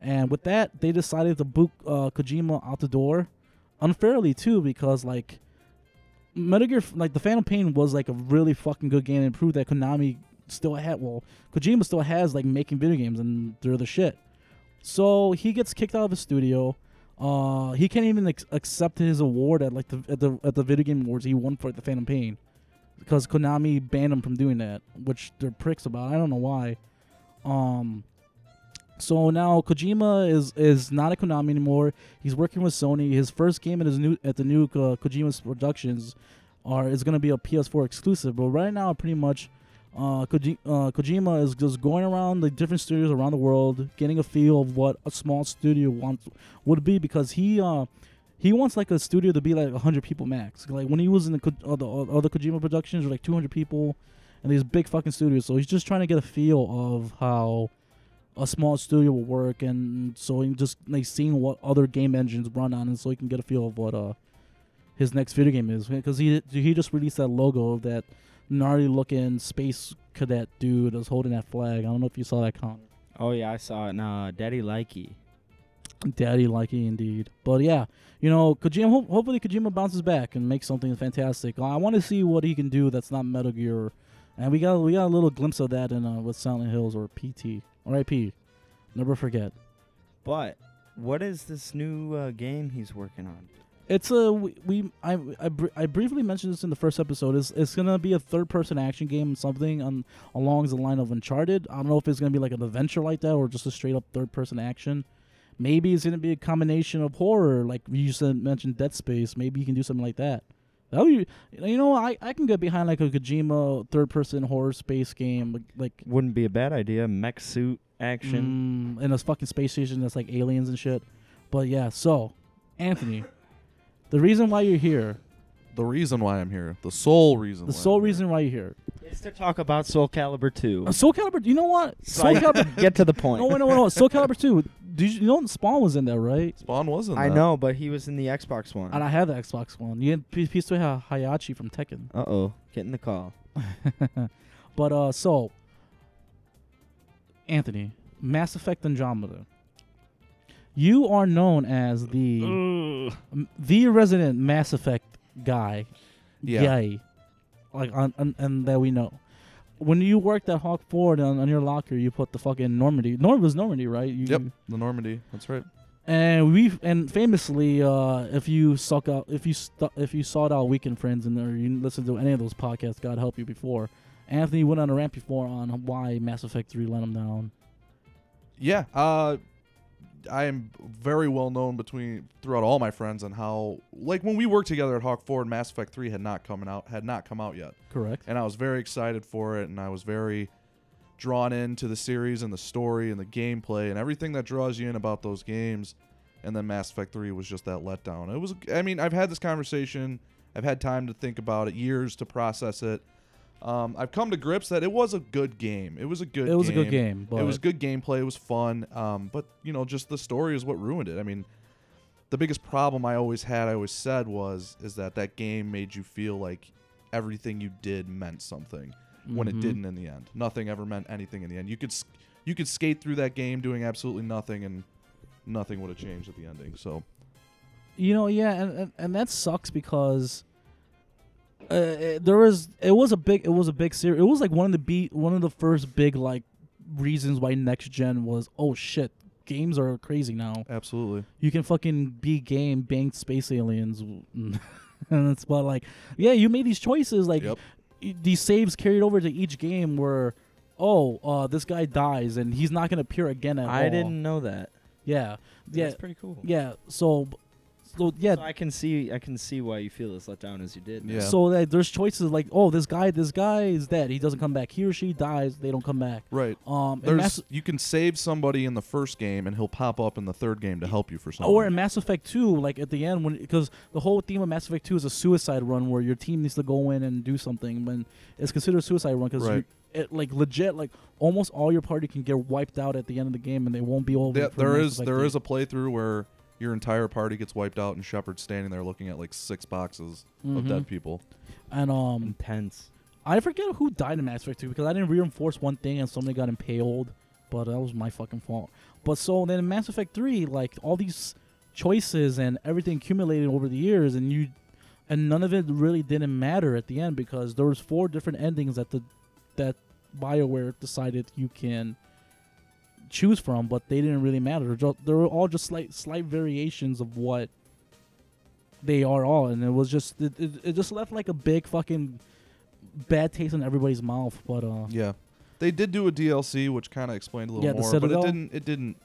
Speaker 1: and with that, they decided to boot uh, Kojima out the door, unfairly too, because like. Metal Gear, like the Phantom Pain, was like a really fucking good game and proved that Konami still had, well, Kojima still has like making video games and they're the shit. So he gets kicked out of the studio. Uh, he can't even ex- accept his award at like the at the at the video game awards he won for the Phantom Pain, because Konami banned him from doing that, which they're pricks about. I don't know why. Um, so now Kojima is is not at Konami anymore. He's working with Sony. His first game at his new at the new uh, Kojima's Productions are is gonna be a PS4 exclusive. But right now, pretty much, uh, Koji- uh, Kojima is just going around the different studios around the world, getting a feel of what a small studio wants would be because he uh, he wants like a studio to be like hundred people max. Like when he was in the Ko- uh, the uh, other Kojima Productions, were like two hundred people, and these big fucking studios. So he's just trying to get a feel of how a small studio will work, and so he just like seeing what other game engines run on, and so he can get a feel of what uh his next video game is because he he just released that logo of that gnarly looking space cadet dude that's holding that flag. I don't know if you saw that comment.
Speaker 2: Oh yeah, I saw it. Nah, Daddy Likey.
Speaker 1: Daddy likey indeed. But yeah, you know, Kojima. Ho- hopefully, Kojima bounces back and makes something fantastic. I want to see what he can do that's not Metal Gear, and we got we got a little glimpse of that in uh, with Silent Hills or PT or IP. Never forget.
Speaker 2: But what is this new uh, game he's working on?
Speaker 1: It's a we, we I I, br- I briefly mentioned this in the first episode. It's, it's gonna be a third person action game, something on along the line of Uncharted. I don't know if it's gonna be like an adventure like that or just a straight up third person action. Maybe it's gonna be a combination of horror, like you said mentioned Dead Space. Maybe you can do something like that. That would be, you know I, I can get behind like a Kojima third person horror space game like, like
Speaker 2: Wouldn't be a bad idea. Mech suit action.
Speaker 1: Mm, in a fucking space station that's like aliens and shit. But yeah, so Anthony, the reason why you're here,
Speaker 3: The reason why I'm here, the sole reason.
Speaker 1: the
Speaker 3: why
Speaker 1: sole
Speaker 3: I'm here.
Speaker 1: reason why you're here,
Speaker 2: It's to talk about Soul Calibur 2.
Speaker 1: uh, Soul Calibur. You know what? Soul
Speaker 2: Psych.
Speaker 1: Calibur.
Speaker 2: Get to the point.
Speaker 1: No, wait, no, no, no. Soul Calibur two. Did you, you know Spawn was in there, right?
Speaker 3: Spawn wasn't.
Speaker 2: I know, but he was in the Xbox one.
Speaker 1: And I have the Xbox One. You had P- Piece to Hay- Hayachi from Tekken.
Speaker 2: Uh oh, getting the call.
Speaker 1: But uh, so Anthony, Mass Effect Andromeda. You are known as the m- the resident Mass Effect guy.
Speaker 3: Yeah.
Speaker 1: Guy. Like on, on and that we know. When you worked at Hawk Ford on, on your locker, you put the fucking Normandy. Norm was Normandy, right? You,
Speaker 3: Yep, the Normandy. That's right.
Speaker 1: And we and famously, uh, if you suck out, if you stu- if you sought out Weekend Friends and or you listen to any of those podcasts, God help you before. Anthony went on a rant before on why Mass Effect Three let him down.
Speaker 3: Yeah. Uh, I am very well known between throughout all my friends on how like when we worked together at Hawk Ford, Mass Effect Three had not coming out had not come out yet,
Speaker 1: Correct.
Speaker 3: and I was very excited for it, and I was very drawn into the series and the story and the gameplay and everything that draws you in about those games. And then Mass Effect Three was just that letdown. It was. I mean, I've had this conversation. I've had time to think about it, years to process it. Um, I've come to grips that it was a good game. It was a good.
Speaker 1: It was a good game,
Speaker 3: It was
Speaker 1: but-
Speaker 3: good gameplay. It was fun. Um, but you know, just the story is what ruined it. I mean, the biggest problem I always had, I always said, was is that that game made you feel like everything you did meant something when
Speaker 1: Mm-hmm.
Speaker 3: it didn't in the end. Nothing ever meant anything in the end. You could s- you could skate through that game doing absolutely nothing, and nothing would have changed at the ending. So
Speaker 1: You know, yeah, and and, and that sucks because uh, it, there was it was a big it was a big series. It was like one of the be one of the first big like reasons why next gen was oh shit, games are crazy now.
Speaker 3: absolutely,
Speaker 1: You can fucking be game banked space aliens. and it's about like, yeah, you made these choices. Like,
Speaker 3: Yep.
Speaker 1: y- these saves carried over to each game were, oh, uh, this guy dies and he's not going to appear again at all.
Speaker 2: I didn't know that.
Speaker 1: Yeah. Yeah.
Speaker 2: That's pretty cool.
Speaker 1: Yeah. So, so yeah.
Speaker 2: So I can see I can see why you feel as let down as you did. now.
Speaker 3: Yeah.
Speaker 1: So that there's choices like, oh, this guy, this guy is dead. He doesn't come back. He or she dies. They don't come back.
Speaker 3: right.
Speaker 1: Um, in
Speaker 3: There's
Speaker 1: Mass,
Speaker 3: you can save somebody in the first game and he'll pop up in the third game to help you for something.
Speaker 1: or in Mass Effect 2, like at the end, when because the whole theme of Mass Effect 2 is a suicide run where your team needs to go in and do something, but it's considered a suicide run because
Speaker 3: Right.
Speaker 1: it like legit like almost all your party can get wiped out at the end of the game and they won't be over.
Speaker 3: There-
Speaker 1: for
Speaker 3: there
Speaker 1: Mass
Speaker 3: is
Speaker 1: Effect
Speaker 3: there
Speaker 1: 2.
Speaker 3: is a playthrough where your entire party gets wiped out and Shepard's standing there looking at like six boxes
Speaker 1: Mm-hmm.
Speaker 3: of dead people.
Speaker 1: and um
Speaker 2: Intense.
Speaker 1: I forget who died in Mass Effect 2 because I didn't reinforce one thing and somebody got impaled, but that was my fucking fault. But so then in Mass Effect 3, like all these choices and everything accumulated over the years and you and none of it really didn't matter at the end because there was four different endings that the that BioWare decided you can choose from, but they didn't really matter. They're ju- They were all just slight slight variations of what they are all and it was just it, it, it just left like a big fucking bad taste in everybody's mouth. But uh,
Speaker 3: Yeah. They did do a DLC which kind of explained a little
Speaker 1: Yeah, the
Speaker 3: more, but it
Speaker 1: Citadel.
Speaker 3: didn't it didn't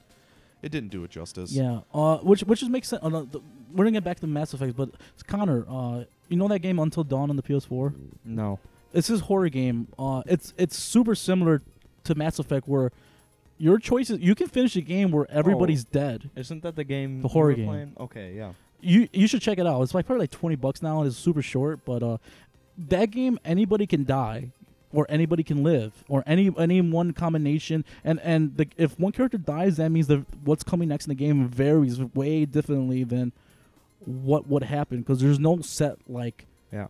Speaker 3: it didn't do it justice.
Speaker 1: yeah, uh, which which just makes sense. Uh, no, th- we're gonna get back to Mass Effect, but Connor, uh, you know that game Until Dawn on the PS4?
Speaker 2: No.
Speaker 1: It's this horror game. Uh, it's it's super similar to Mass Effect, where your choices you can finish a game where everybody's dead.
Speaker 2: Isn't that the game?
Speaker 1: The horror
Speaker 2: we were
Speaker 1: game.
Speaker 2: Playing? Okay. Yeah.
Speaker 1: You you should check it out. It's like probably like twenty bucks now, and it's super short. But uh, that game anybody can die. Or anybody can live, or any any one combination, and and the, if one character dies, that means that what's coming next in the game varies way differently than what would happen because there's no set like
Speaker 2: Yeah.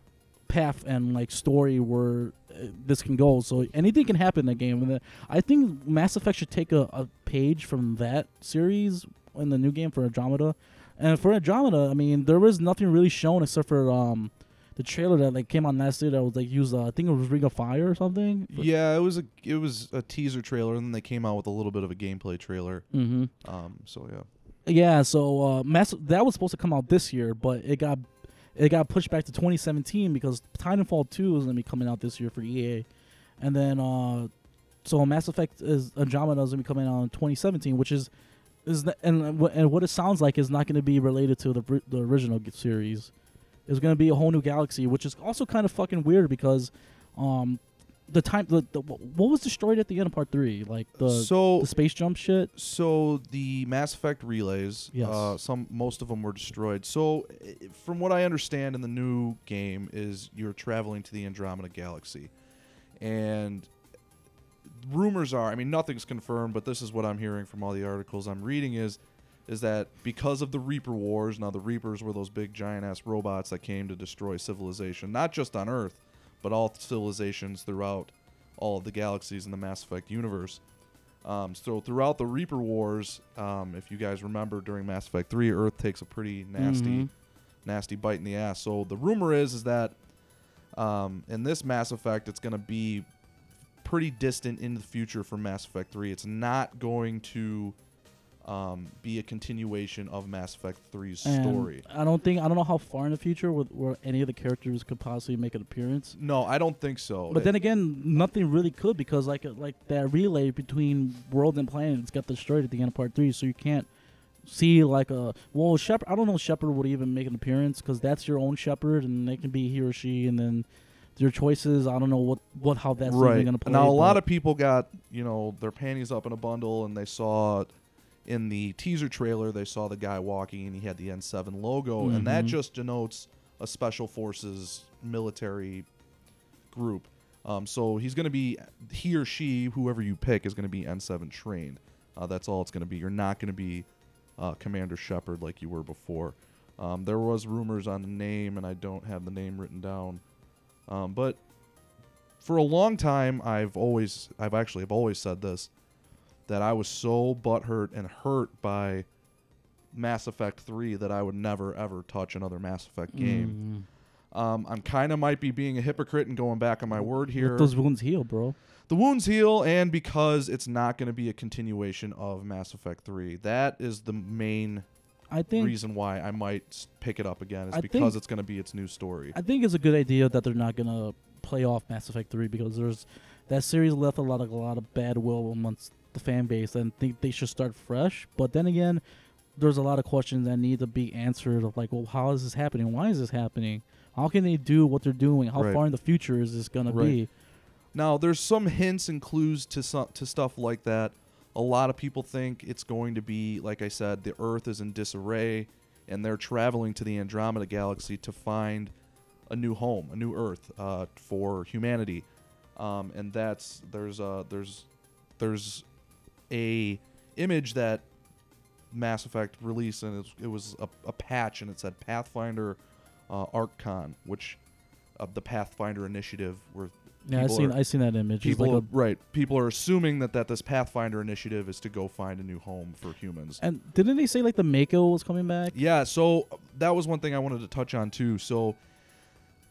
Speaker 1: path and like story where uh, this can go. So anything can happen in the game. And the, I think Mass Effect should take a, a page from that series in the new game for Andromeda. And for Andromeda, I mean, there was nothing really shown except for um the trailer that like came on last year that was like used. Uh, I think it was Ring of Fire or something.
Speaker 3: Yeah, it was a it was a teaser trailer and then they came out with a little bit of a gameplay trailer.
Speaker 1: Mm-hmm.
Speaker 3: Um so yeah.
Speaker 1: Yeah, so uh, Mass that was supposed to come out this year, but it got it got pushed back to 2017 because Titanfall 2 is gonna be coming out this year for EA, and then uh, so Mass Effect is Andromeda is gonna be coming out in 2017, which is is the, and wh- and what it sounds like is not gonna be related to the br- the original g- series. It's gonna be a whole new galaxy, which is also kind of fucking weird because, um, the time the, the what was destroyed at the end of part three, like the
Speaker 3: so
Speaker 1: the space jump shit.
Speaker 3: so the Mass Effect relays,
Speaker 1: Yes.
Speaker 3: uh, some most of them were destroyed. So, i- from what I understand in the new game, is you're traveling to the Andromeda Galaxy, and rumors are, I mean, nothing's confirmed, but this is what I'm hearing from all the articles I'm reading is, is that because of the Reaper Wars, now the Reapers were those big giant ass robots that came to destroy civilization, not just on Earth, but all civilizations throughout all of the galaxies in the Mass Effect universe. Um, so throughout the Reaper Wars, um, if you guys remember during Mass Effect 3, Earth takes a pretty nasty, nasty bite in the ass. So the rumor is is that um, in this Mass Effect, it's going to be pretty distant in the future for Mass Effect 3. It's not going to um, be a continuation of Mass Effect 3's
Speaker 1: And
Speaker 3: story.
Speaker 1: I don't think I don't know how far in the future with, where any of the characters could possibly make an appearance.
Speaker 3: No, I don't think so.
Speaker 1: But then again, nothing really could because like like that relay between world and planets got destroyed at the end of part three, so you can't see like a well Shepard. I don't know if Shepard would even make an appearance because that's your own Shepard, and it can be he or she, and then your choices. I don't know what what how that's even
Speaker 3: right
Speaker 1: gonna play.
Speaker 3: now, a lot
Speaker 1: but-
Speaker 3: of people got you know their panties up in a bundle, and they saw in the teaser trailer they saw the guy walking, and he had the N7 logo, and
Speaker 1: Mm-hmm.
Speaker 3: that just denotes a special forces military group. Um, so he's going to be he or she, whoever you pick, is going to be N7 trained. Uh, that's all it's going to be. You're not going to be uh, Commander Shepard like you were before. Um, there was rumors on the name, and I don't have the name written down. Um, but for a long time, I've always, I've actually, I've always said this, that I was so butthurt and hurt by Mass Effect 3 that I would never ever touch another Mass Effect game.
Speaker 1: Mm-hmm.
Speaker 3: Um, I'm kind of might be being a hypocrite and going back on my word here.
Speaker 1: Let those wounds heal, bro.
Speaker 3: the wounds heal, and because it's not going to be a continuation of Mass Effect 3, that is the main
Speaker 1: I think
Speaker 3: reason why I might s- pick it up again. Is
Speaker 1: I
Speaker 3: because
Speaker 1: think-
Speaker 3: it's going to be its new story.
Speaker 1: I think it's a good idea that they're not gonna play off Mass Effect Three because there's that series left a lot of a lot of bad will amongst the fan base, and think they should start fresh. But then again, there's a lot of questions that need to be answered of like, well, how is this happening? Why is this happening? How can they do what they're doing? How
Speaker 3: Right.
Speaker 1: far in the future is this gonna
Speaker 3: Right.
Speaker 1: be?
Speaker 3: Now, there's some hints and clues to some, to stuff like that. A lot of people think it's going to be, like I said, the Earth is in disarray, and they're traveling to the Andromeda Galaxy to find a new home, a new Earth uh, for humanity. Um, and that's there's a there's there's a image that Mass Effect released, and it, it was a, a patch, and it said Pathfinder uh, ArcCon, which uh, the Pathfinder Initiative were.
Speaker 1: Yeah, I
Speaker 3: people
Speaker 1: seen
Speaker 3: are-
Speaker 1: I seen that image. It's
Speaker 3: people
Speaker 1: like a-
Speaker 3: are, right people are assuming that that this pathfinder initiative is to go find a new home for humans
Speaker 1: and didn't they say like the Mako was coming back? E
Speaker 3: yeah so that was one thing i wanted to touch on too so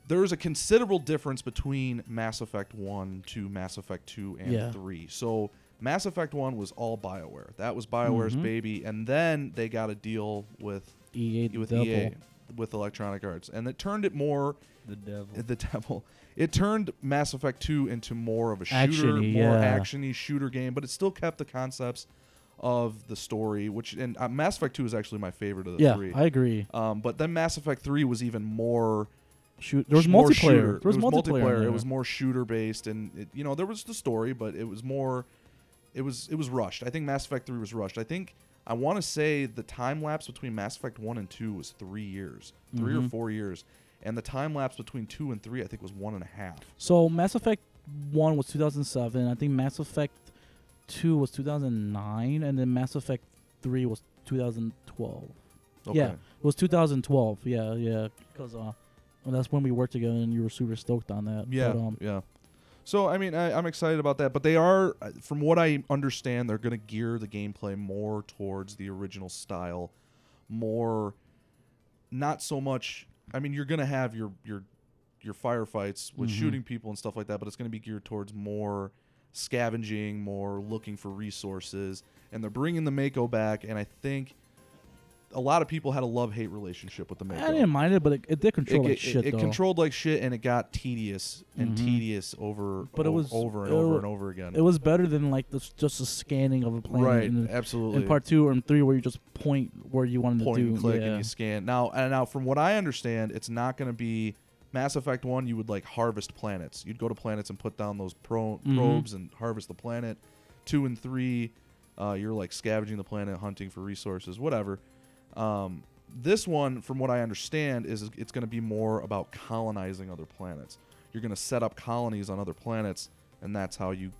Speaker 3: there's a considerable difference between mass effect 1 to mass effect 2 and
Speaker 1: Yeah.
Speaker 3: 3 so mass effect 1 was all bioware that was bioware's
Speaker 1: Mm-hmm.
Speaker 3: baby and then they got a deal with
Speaker 1: EA
Speaker 3: with
Speaker 1: E double.
Speaker 3: EA with Electronic Arts, and it turned it more
Speaker 2: The devil.
Speaker 3: the devil. It turned Mass Effect 2 into more of a shooter,
Speaker 1: Action-y,
Speaker 3: more
Speaker 1: yeah.
Speaker 3: actiony shooter game, but it still kept the concepts of the story, which and uh, Mass Effect 2 is actually my favorite of the
Speaker 1: Yeah,
Speaker 3: three.
Speaker 1: I agree.
Speaker 3: um, but then Mass Effect 3 was even more
Speaker 1: Shoot, there was
Speaker 3: more
Speaker 1: multiplayer.
Speaker 3: shooter.
Speaker 1: There was,
Speaker 3: it was
Speaker 1: multiplayer. in
Speaker 3: multiplayer. It
Speaker 1: there.
Speaker 3: was more shooter based, and it, you know there was the story, but it was more. It was it was rushed. I think Mass Effect Three was rushed. I think I want to say the time lapse between Mass Effect One and Two was three years, 3
Speaker 1: Mm-hmm.
Speaker 3: or four years, and the time lapse between Two and Three I think was one and a half.
Speaker 1: So Mass Effect One was 2007. I think Mass Effect Two was 2009, and then Mass Effect Three was 2012. Yeah, it was 2012. Yeah, yeah, because uh, well, that's when we worked together, and you were super stoked on that.
Speaker 3: Yeah,
Speaker 1: But, um,
Speaker 3: yeah. So I mean, I, I'm excited about that, but they are, uh, from what I understand, they're going to gear the gameplay more towards the original style, more, not so much. I mean, you're going to have your your your firefights
Speaker 1: Mm-hmm.
Speaker 3: with shooting people and stuff like that, but it's going to be geared towards more scavenging, more looking for resources, and they're bringing the Mako back, and I think. A lot of people had a love-hate relationship with the Mako
Speaker 1: I didn't mind it, but it, it did
Speaker 3: it,
Speaker 1: control like
Speaker 3: it-
Speaker 1: shit
Speaker 3: it
Speaker 1: though. Mm-hmm.
Speaker 3: controlled like shit and it got tedious and tedious over
Speaker 1: But it
Speaker 3: o-
Speaker 1: was-
Speaker 3: over and
Speaker 1: it
Speaker 3: over
Speaker 1: wa-
Speaker 3: and over again
Speaker 1: it was better than like this, just the scanning of a planet.
Speaker 3: right
Speaker 1: In,
Speaker 3: absolutely
Speaker 1: in part two or in three, where you just point where you wanted
Speaker 3: Point
Speaker 1: to do.
Speaker 3: and click
Speaker 1: yeah.
Speaker 3: and you scan now and now from what i understand it's not going to be mass effect 1 you would like harvest planets you'd go to planets and put down those pro-
Speaker 1: Mm-hmm.
Speaker 3: probes and harvest the planet 2 and 3 uh, you're like scavenging the planet hunting for resources whatever um, this one from what i understand is it's going to be more about colonizing other planets you're going to set up colonies on other planets and that's how you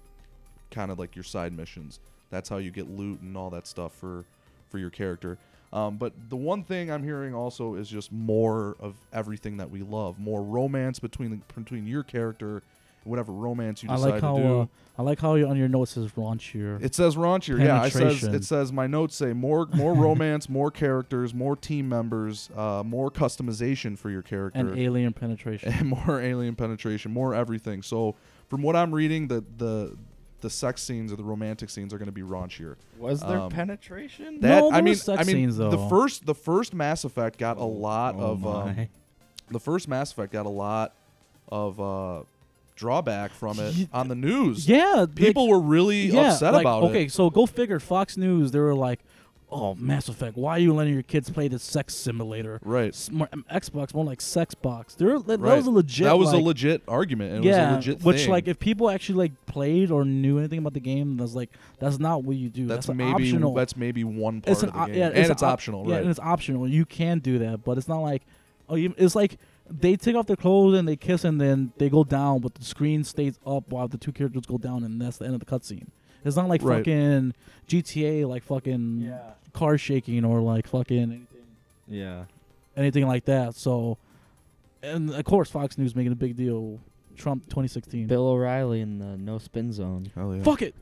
Speaker 3: kind of like your side missions. That's how you get loot and all that stuff for for your character. Um, but the one thing I'm hearing also is just more of everything that we love, more romance between the, between your character, whatever romance you
Speaker 1: I
Speaker 3: decide
Speaker 1: like how
Speaker 3: to do.
Speaker 1: uh, I like how you on your notes is raunchier.
Speaker 3: It says raunchier. Yeah, it says
Speaker 1: Penetration.
Speaker 3: it says my notes say more more romance, more characters, more team members, uh, more customization for your character,
Speaker 1: and alien penetration.
Speaker 3: and more alien penetration, more everything. So from what I'm reading, the the the sex scenes or the romantic scenes are going to be raunchier.
Speaker 2: Was there
Speaker 3: Um,
Speaker 2: penetration?
Speaker 3: That
Speaker 1: No,
Speaker 3: I
Speaker 1: there
Speaker 3: mean,
Speaker 1: was sex
Speaker 3: I mean,
Speaker 1: scenes,
Speaker 3: the
Speaker 1: though.
Speaker 3: first the first Mass Effect got a lot
Speaker 2: Oh
Speaker 3: of um,
Speaker 2: my.
Speaker 3: the first Mass Effect got a lot of uh, drawback from it
Speaker 1: Ye-
Speaker 3: on the news.
Speaker 1: Yeah,
Speaker 3: people were really
Speaker 1: yeah,
Speaker 3: upset
Speaker 1: like,
Speaker 3: about
Speaker 1: Okay,
Speaker 3: it.
Speaker 1: so go figure. Fox News, they were like, "Oh, Mass Effect, why are you letting your kids play this sex simulator?"
Speaker 3: Right.
Speaker 1: S- more- um, Xbox, more like sex box. They were, that, that
Speaker 3: Right.
Speaker 1: was a legit.
Speaker 3: That was
Speaker 1: like-
Speaker 3: a legit argument. and It
Speaker 1: yeah,
Speaker 3: was a legit
Speaker 1: which
Speaker 3: thing.
Speaker 1: like if people actually like played or knew anything about the game, that's like that's not what you do.
Speaker 3: that's,
Speaker 1: That's,
Speaker 3: maybe
Speaker 1: optional.
Speaker 3: that's maybe one part
Speaker 1: it's
Speaker 3: of
Speaker 1: an
Speaker 3: the
Speaker 1: op-
Speaker 3: game,
Speaker 1: yeah,
Speaker 3: and it's,
Speaker 1: an op-
Speaker 3: optional,
Speaker 1: Yeah,
Speaker 3: right?
Speaker 1: and it's optional. You can do that, but it's not like oh, you, it's like they take off their clothes and they kiss and then they go down, but the screen stays up while the two characters go down, and that's the end of the cutscene. It's not like
Speaker 3: Right.
Speaker 1: fucking GTA, like fucking car shaking or like fucking
Speaker 2: Yeah.
Speaker 1: anything like that. So, and of course, Fox News making a big deal. Trump 2016.
Speaker 4: Bill O'Reilly in the no spin zone.
Speaker 3: Hell yeah.
Speaker 1: Fuck it.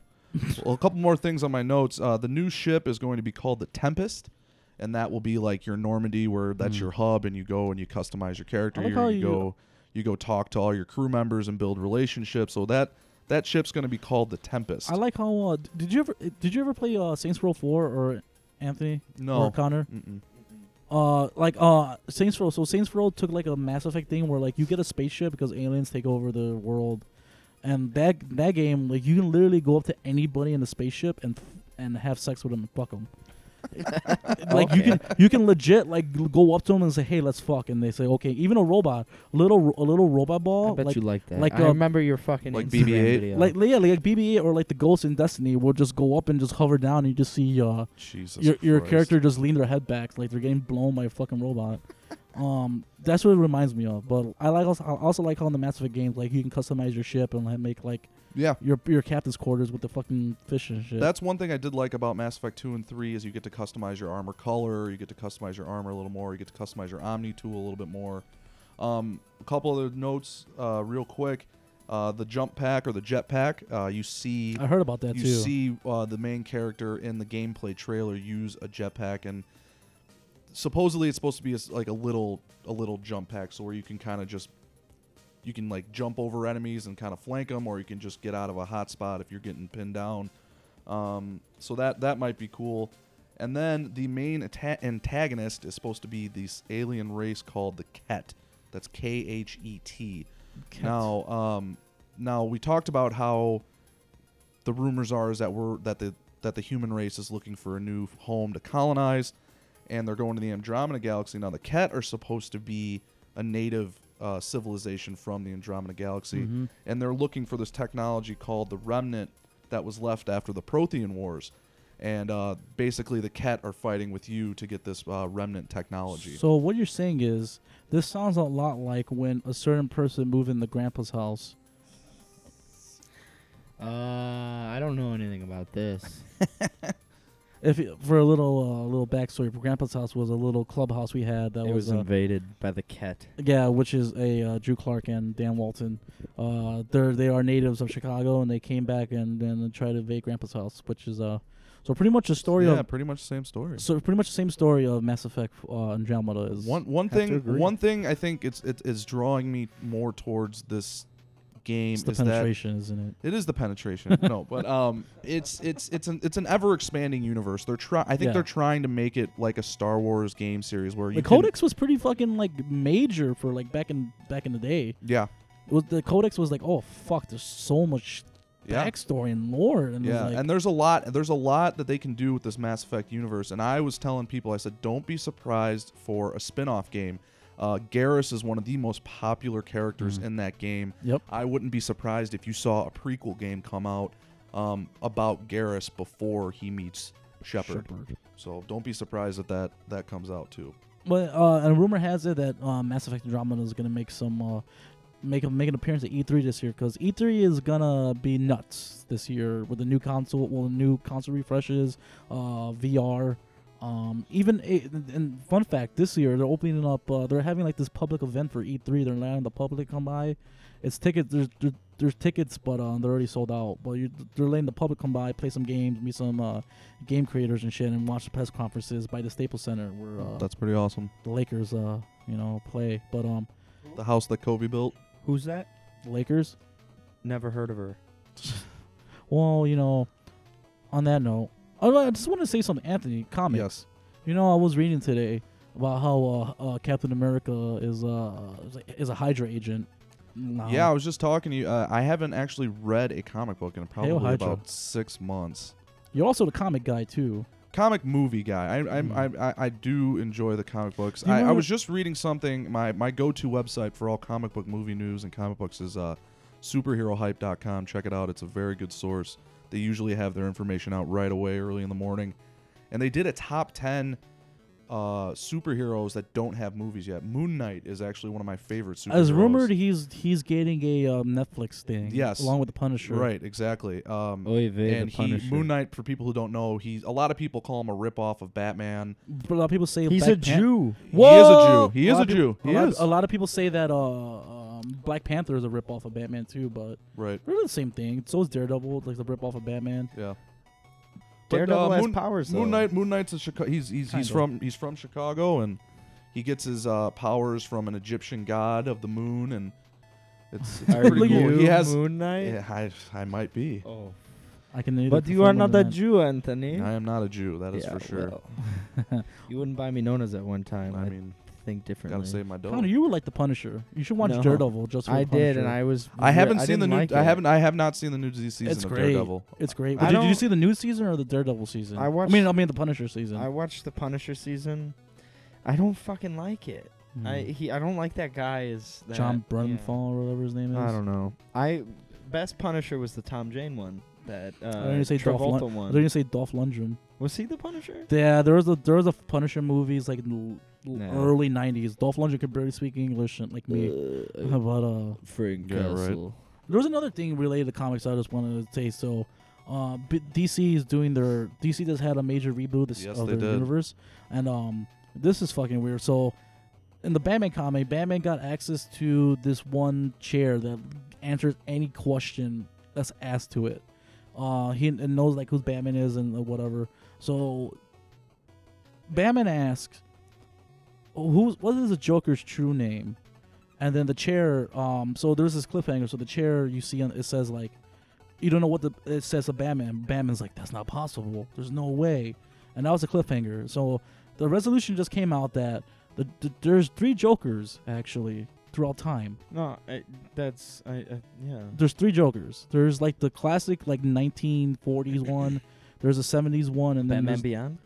Speaker 3: Well, a couple more things on my notes. Uh, the new ship is going to be called the Tempest, and that will be like your Normandy, where that's your hub, and you go and you customize your character.
Speaker 1: Hmm. I like
Speaker 3: You,
Speaker 1: how
Speaker 3: you
Speaker 1: you-
Speaker 3: go, you go talk to all your crew members and build relationships. So that that ship's going to be called the Tempest.
Speaker 1: I like how. Uh, d- did you ever? Did you ever play uh, Saints Row 4 or Anthony or
Speaker 3: no.
Speaker 1: Connor?
Speaker 3: Mm-mm.
Speaker 1: uh like uh Saints Row. So Saints Row took like a Mass Effect thing where like you get a spaceship because aliens take over the world, and that that game like you can literally go up to anybody in the spaceship and and have sex with them and fuck them. like you can you can legit like l- go up to them and say hey let's fuck and they say okay even a robot little ro- a little robot ball
Speaker 4: I bet
Speaker 1: Oh, like
Speaker 4: you like that.
Speaker 1: like,
Speaker 4: I
Speaker 1: uh,
Speaker 4: remember your fucking
Speaker 3: like
Speaker 4: Instagram
Speaker 3: BB-8?
Speaker 4: video.
Speaker 1: like yeah like BB-8 or like the ghost in Destiny will just go up and just hover down and you just see uh
Speaker 3: Jesus.
Speaker 1: your your
Speaker 3: Christ.
Speaker 1: character just leaned their head back like they're getting blown by a fucking robot. um, that's what it reminds me of. But I like also I also like how in the Mass Effect games like you can customize your ship and like make like
Speaker 3: Yeah.
Speaker 1: your your captain's quarters with the fucking fish and shit.
Speaker 3: That's one thing I did like about Mass Effect 2 and 3 is you get to customize your armor color, you get to customize your armor a little more, you get to customize your Omni tool a little bit more. Um, a couple other notes, uh, real quick. Uh, the jump pack or the jet pack, uh, you see
Speaker 1: I heard about that
Speaker 3: you
Speaker 1: too.
Speaker 3: see uh, the main character in the gameplay trailer use a jetpack, and supposedly it's supposed to be a s like a little a little jump pack, so where you can kind of just you can like jump over enemies and kind of flank them, or you can just get out of a hot spot if you're getting pinned down. Um, so that that might be cool. And then the main atta- antagonist is supposed to be this alien race called the Ket. That's K H E T.
Speaker 1: Ket.
Speaker 3: Now, um, now we talked about how the rumors are is that we're that the that the human race is looking for a new home to colonize, and they're going to the Andromeda galaxy. Now the Ket are supposed to be a native uh, civilization from the Andromeda galaxy,
Speaker 1: Mm-hmm.
Speaker 3: and they're looking for this technology called the Remnant that was left after the Prothean Wars, and uh, basically the Ket are fighting with you to get this uh, Remnant technology.
Speaker 1: So what you're saying is this sounds a lot like when a certain person moved in the grandpa's house.
Speaker 4: uh, I don't know anything about this.
Speaker 1: If you- for a little uh, little backstory, grandpa's house was a little clubhouse we had that
Speaker 4: it was
Speaker 1: uh,
Speaker 4: invaded by the cat.
Speaker 1: Yeah, which is a uh, Drew Clark and Dan Walton. Uh, they're they are natives of Chicago, and they came back and then tried to invade Grandpa's house, which is uh, so pretty much the story
Speaker 3: yeah,
Speaker 1: of
Speaker 3: pretty much the same story.
Speaker 1: so pretty much the same story of Mass Effect uh, Andromeda is
Speaker 3: One one
Speaker 4: Have to
Speaker 3: thing
Speaker 4: agree.
Speaker 3: one thing I think it's it is drawing me more towards this game
Speaker 1: it's the
Speaker 3: is that
Speaker 1: penetration, is isn't it?
Speaker 3: it is the penetration. no, but um, it's it's it's an it's an ever expanding universe. They're try I think
Speaker 1: Yeah.
Speaker 3: they're trying to make it like a Star Wars game series where you
Speaker 1: The
Speaker 3: can-
Speaker 1: Codex was pretty fucking like major for like back in back in the day.
Speaker 3: yeah
Speaker 1: It was the Codex was like, oh fuck, there's so much
Speaker 3: yeah
Speaker 1: backstory and lore, and it was
Speaker 3: yeah,
Speaker 1: Mm, like,
Speaker 3: and there's a lot there's a lot that they can do with this Mass Effect universe. And I was telling people I said don't be surprised for a spin off game. Uh, Garrus is one of the most popular characters
Speaker 1: Mm.
Speaker 3: in that game.
Speaker 1: yep,
Speaker 3: I wouldn't be surprised if you saw a prequel game come out um, about Garrus before he meets Shepard. So don't be surprised if that that comes out too.
Speaker 1: But uh, and rumor has it that uh, Mass Effect Andromeda is gonna make some uh, make a, make an appearance at E3 this year because E3 is gonna be nuts this year with the new console, well, the new console refreshes, uh, VR. Um, even a, and fun fact, this year they're opening up. Uh, they're having like this public event for E3. They're letting the public come by. It's tickets. There's there, there's tickets, but um, they're already sold out. But you, they're letting the public come by, play some games, meet some uh, game creators and shit, and watch the press conferences by the Staples Center where uh,
Speaker 3: That's pretty awesome.
Speaker 1: the Lakers, uh, you know, play. But um,
Speaker 3: The house that Kobe built.
Speaker 4: Who's that?
Speaker 1: the Lakers.
Speaker 4: Never heard of her.
Speaker 1: Well, you know, on that note, oh, I just want to say something, Anthony. Comics.
Speaker 3: Yes.
Speaker 1: You know, I was reading today about how uh, uh, Captain America is uh is a- is a Hydra agent. Um, Now.
Speaker 3: Yeah, I was just talking to you. Uh, I haven't actually read a comic book in probably
Speaker 1: Hydra.
Speaker 3: about six months.
Speaker 1: you're also the comic guy too.
Speaker 3: Comic movie guy. I I'm, I, I I do enjoy the comic books.
Speaker 1: Do Mm. you
Speaker 3: I, I
Speaker 1: remember-
Speaker 3: was just reading something. My my go to website for all comic book movie news and comic books is uh, superherohype.com. Check it out. It's a very good source. They usually have their information out right away, early in the morning. And they did a top ten uh, superheroes that don't have movies yet. Moon Knight is actually one of my favorite superheroes.
Speaker 1: As rumored, he's he's getting a um, Netflix thing.
Speaker 3: Yes.
Speaker 1: along with the Punisher. Oh,
Speaker 3: Right, exactly. Um,
Speaker 4: Oy vey, the
Speaker 3: and he,
Speaker 4: Punisher.
Speaker 3: Moon Knight, for people who don't know, he a lot of people call him a ripoff of Batman.
Speaker 1: But a lot of people say
Speaker 4: He's
Speaker 1: Black
Speaker 4: a
Speaker 1: Pan-
Speaker 4: Jew.
Speaker 1: Whoa!
Speaker 3: He is
Speaker 1: lot
Speaker 3: a
Speaker 1: of
Speaker 3: Jew.
Speaker 1: peop-
Speaker 3: He is a Jew. He
Speaker 1: a lot,
Speaker 3: is.
Speaker 1: A lot of people say that uh, um, Black Panther is a ripoff of Batman too, but
Speaker 3: Right.
Speaker 1: really the same thing. So is Daredevil, like the ripoff of Batman.
Speaker 3: Yeah.
Speaker 4: Daredevil has
Speaker 3: uh, Moon,
Speaker 4: powers,
Speaker 3: Moon
Speaker 4: though.
Speaker 3: Knight. Moon Knight's a Chicago. He's he's,
Speaker 1: Kinda.
Speaker 3: he's from he's from Chicago, and he gets his uh, powers from an Egyptian god of the moon, and it's, it's
Speaker 4: Are
Speaker 3: pretty
Speaker 1: you
Speaker 3: cool. He has.
Speaker 4: Moon Knight?
Speaker 3: Yeah, I, I might be.
Speaker 4: Oh.
Speaker 1: I can. neither
Speaker 4: But you are
Speaker 1: confirm nor
Speaker 4: not a
Speaker 1: deny.
Speaker 4: Jew, Anthony.
Speaker 3: I am not a Jew. That is
Speaker 4: Yeah,
Speaker 3: for sure.
Speaker 4: well. you wouldn't buy me Nonas at one time.
Speaker 3: I
Speaker 4: I
Speaker 3: mean,
Speaker 4: think differently.
Speaker 3: gotta save my dough.
Speaker 1: Connor, you were like the Punisher. You should watch
Speaker 4: No.
Speaker 1: Daredevil just for
Speaker 4: I
Speaker 1: the
Speaker 4: did, and
Speaker 1: Punisher.
Speaker 4: I was.
Speaker 3: I haven't
Speaker 4: re-
Speaker 3: seen the
Speaker 4: didn't
Speaker 3: new.
Speaker 4: like
Speaker 3: I
Speaker 4: it.
Speaker 3: haven't. I have not seen the new season
Speaker 1: It's
Speaker 3: of
Speaker 1: great.
Speaker 3: Daredevil.
Speaker 1: It's great.
Speaker 4: I
Speaker 1: But did, did you
Speaker 4: don't-
Speaker 1: see the new season or the Daredevil season?
Speaker 4: I
Speaker 1: I mean,
Speaker 4: watched-
Speaker 1: I mean the Punisher season.
Speaker 4: I watched the Punisher season. I don't fucking like it.
Speaker 1: Mm.
Speaker 4: I he. I don't like that guy. Is that,
Speaker 1: John
Speaker 4: yeah.
Speaker 1: Brunfall or whatever his name is.
Speaker 4: I don't know. I best Punisher was the Tom Jane one. That uh,
Speaker 1: I didn't say Dolph
Speaker 4: Travolta
Speaker 1: Lund- I
Speaker 4: one.
Speaker 1: didn't say Dolph Lundgren.
Speaker 4: Was he the Punisher?
Speaker 1: Yeah, there was a there was a Punisher movies like in the l-
Speaker 4: Nah.
Speaker 1: early '90s. Dolph Lundgren could barely speak English, and like me. but uh,
Speaker 4: Frank
Speaker 3: Yeah, right.
Speaker 4: Castle.
Speaker 1: there was another thing related to comics I just wanted to say. So, uh, B- DC is doing their DC just had a major reboot this,
Speaker 3: Yes,
Speaker 1: of
Speaker 3: they
Speaker 1: their
Speaker 3: did.
Speaker 1: universe, and um, this is fucking weird. So, in the Batman comic, Batman got access to this one chair that answers any question that's asked to it. Uh, he and knows like who's Batman is and uh, whatever. So, Batman asks, "Who's what is the Joker's true name?" And then the chair. Um, so there's this cliffhanger. So the chair you see, on, it says like, you don't know what the it says to Batman. Batman's like, that's not possible. There's no way. And that was a cliffhanger. So the resolution just came out that the, the, there's three Jokers actually throughout time.
Speaker 4: No, I, that's I. Uh, yeah.
Speaker 1: There's three Jokers. There's like the classic like 1940s one. There's a 70s one, and then
Speaker 4: Batman
Speaker 1: there's-
Speaker 4: Beyond.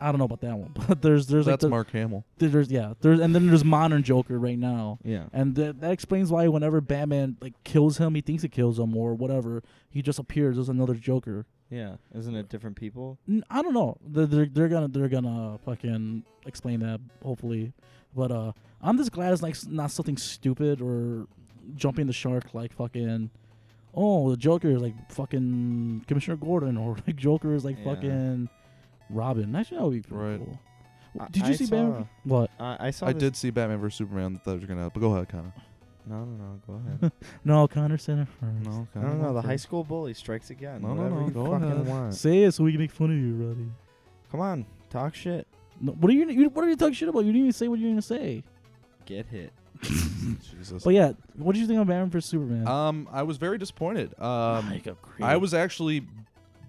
Speaker 1: I don't know about that one, but there's there's
Speaker 3: That's
Speaker 1: like
Speaker 3: Mark Hamill.
Speaker 1: the, there's yeah there's and then there's modern Joker right now.
Speaker 4: Yeah.
Speaker 1: And that that explains why whenever Batman like kills him, he thinks it kills him or whatever. He just appears as another Joker.
Speaker 4: Yeah. Isn't it different people?
Speaker 1: N- I don't know. They're, they're they're gonna they're gonna fucking explain that hopefully. But uh, I'm just glad it's like s- not something stupid or jumping the shark like fucking. Oh, the Joker is like fucking Commissioner Gordon, or like Joker is like
Speaker 4: Yeah.
Speaker 1: fucking Robin. Actually, that would be pretty
Speaker 3: Right.
Speaker 1: cool.
Speaker 4: I-
Speaker 1: Did you
Speaker 4: I
Speaker 1: see
Speaker 4: saw-
Speaker 1: Batman? What?
Speaker 4: I, I saw.
Speaker 3: I
Speaker 4: this-
Speaker 3: did see Batman vs Superman. That was gonna. But go ahead, Connor.
Speaker 4: No, no, no. Go ahead.
Speaker 1: No, Connor Center first.
Speaker 3: No,
Speaker 4: I
Speaker 3: Connor.
Speaker 4: don't know. The
Speaker 3: went
Speaker 4: high
Speaker 3: first.
Speaker 4: school bully strikes again.
Speaker 3: No, no,
Speaker 4: Whatever
Speaker 3: no,
Speaker 4: You
Speaker 3: go
Speaker 4: fucking
Speaker 3: ahead.
Speaker 4: want.
Speaker 1: Say it so we can make fun of you, Roddy.
Speaker 4: Come on. Talk shit.
Speaker 1: No, what are you? you- What are you talking shit about? You didn't even say what you were gonna say.
Speaker 4: Get hit.
Speaker 3: Jesus.
Speaker 1: But yeah, what did you think of Batman vs Superman?
Speaker 3: Um, I was very disappointed. Um,
Speaker 1: Like a creep.
Speaker 3: I was actually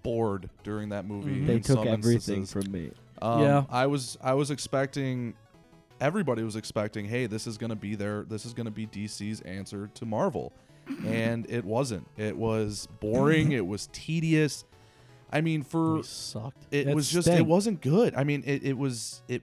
Speaker 3: bored during that movie.
Speaker 1: Mhm.
Speaker 3: in
Speaker 4: Mm-hmm. They took
Speaker 3: some
Speaker 4: everything
Speaker 3: instances.
Speaker 4: from me.
Speaker 3: Um,
Speaker 1: Yeah.
Speaker 3: I was I was expecting everybody was expecting, hey, this is gonna be their this is gonna be DC's answer to Marvel. and it wasn't. It was boring, it was tedious. I mean for
Speaker 1: We sucked.
Speaker 3: it
Speaker 1: That
Speaker 3: was just it
Speaker 1: stank.
Speaker 3: wasn't good. I mean it, it was it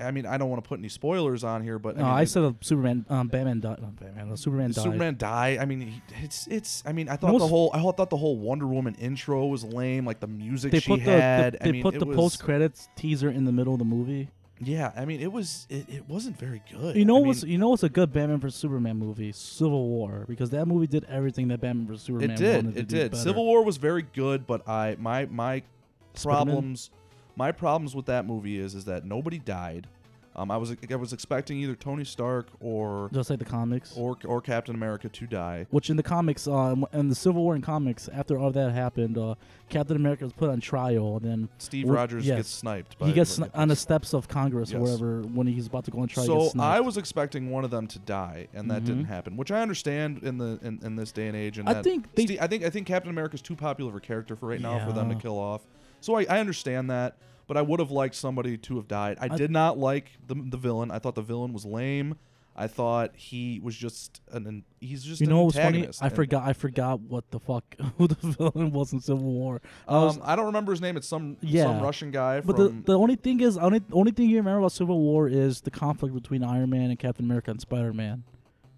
Speaker 3: I mean, I don't want to put any spoilers on here, but
Speaker 1: No,
Speaker 3: I, mean,
Speaker 1: I,
Speaker 3: it-
Speaker 1: said uh, Superman, um, Batman died. Not Batman. uh, Superman died.
Speaker 3: Superman die. I mean, he, it's it's. I mean, I thought
Speaker 1: No,
Speaker 3: the
Speaker 1: it's-
Speaker 3: whole I thought the whole Wonder Woman intro was lame. Like the music
Speaker 1: they
Speaker 3: she
Speaker 1: put the,
Speaker 3: had.
Speaker 1: the
Speaker 3: I
Speaker 1: they
Speaker 3: mean,
Speaker 1: put
Speaker 3: it
Speaker 1: the
Speaker 3: was,
Speaker 1: post credits teaser in the middle of the movie.
Speaker 3: Yeah, I mean, it was it, it wasn't very good.
Speaker 1: You know
Speaker 3: I
Speaker 1: what's
Speaker 3: mean,
Speaker 1: you know what's a good Batman vs Superman movie? Civil War, because that movie did everything that Batman vs Superman
Speaker 3: it did
Speaker 1: wanted
Speaker 3: it
Speaker 1: to do
Speaker 3: did.
Speaker 1: better.
Speaker 3: Civil War was very good, but I my my
Speaker 1: Spider-Man?
Speaker 3: problems my problems with that movie is is that nobody died. Um, I was I was expecting either Tony Stark or
Speaker 1: just like the comics.
Speaker 3: or or Captain America to die.
Speaker 1: which in the comics, uh, and the Civil War in comics, after all that happened, uh, Captain America was put on trial, and then
Speaker 3: Steve
Speaker 1: Well,
Speaker 3: Rogers
Speaker 1: yes.
Speaker 3: gets sniped. By
Speaker 1: he gets
Speaker 3: like,
Speaker 1: sni- on the steps of Congress
Speaker 3: Yes.
Speaker 1: or whatever when he's about to go on trial. he
Speaker 3: so
Speaker 1: gets sniped. Mm-hmm.
Speaker 3: I was expecting one of them to die, and that didn't happen, which I understand in the in, in this day and age. And
Speaker 1: I
Speaker 3: that
Speaker 1: think they-
Speaker 3: Ste- I think I think Captain America's too popular of a character for right now for them to
Speaker 1: Yeah.
Speaker 3: kill off. So I, I understand that, but I would have liked somebody to have died. I, did not like the the villain. I thought the villain was lame. I thought he was just an, an he's just
Speaker 1: you
Speaker 3: an
Speaker 1: know what was funny?
Speaker 3: antagonist.
Speaker 1: I
Speaker 3: and,
Speaker 1: forgot. I forgot what the fuck who the villain was in Civil War. I was-
Speaker 3: Um, I don't remember his name. It's some some
Speaker 1: Yeah.
Speaker 3: Russian guy
Speaker 1: but the,
Speaker 3: from
Speaker 1: the only thing is, only only thing you remember about Civil War is the conflict between Iron Man and Captain America and Spider Man.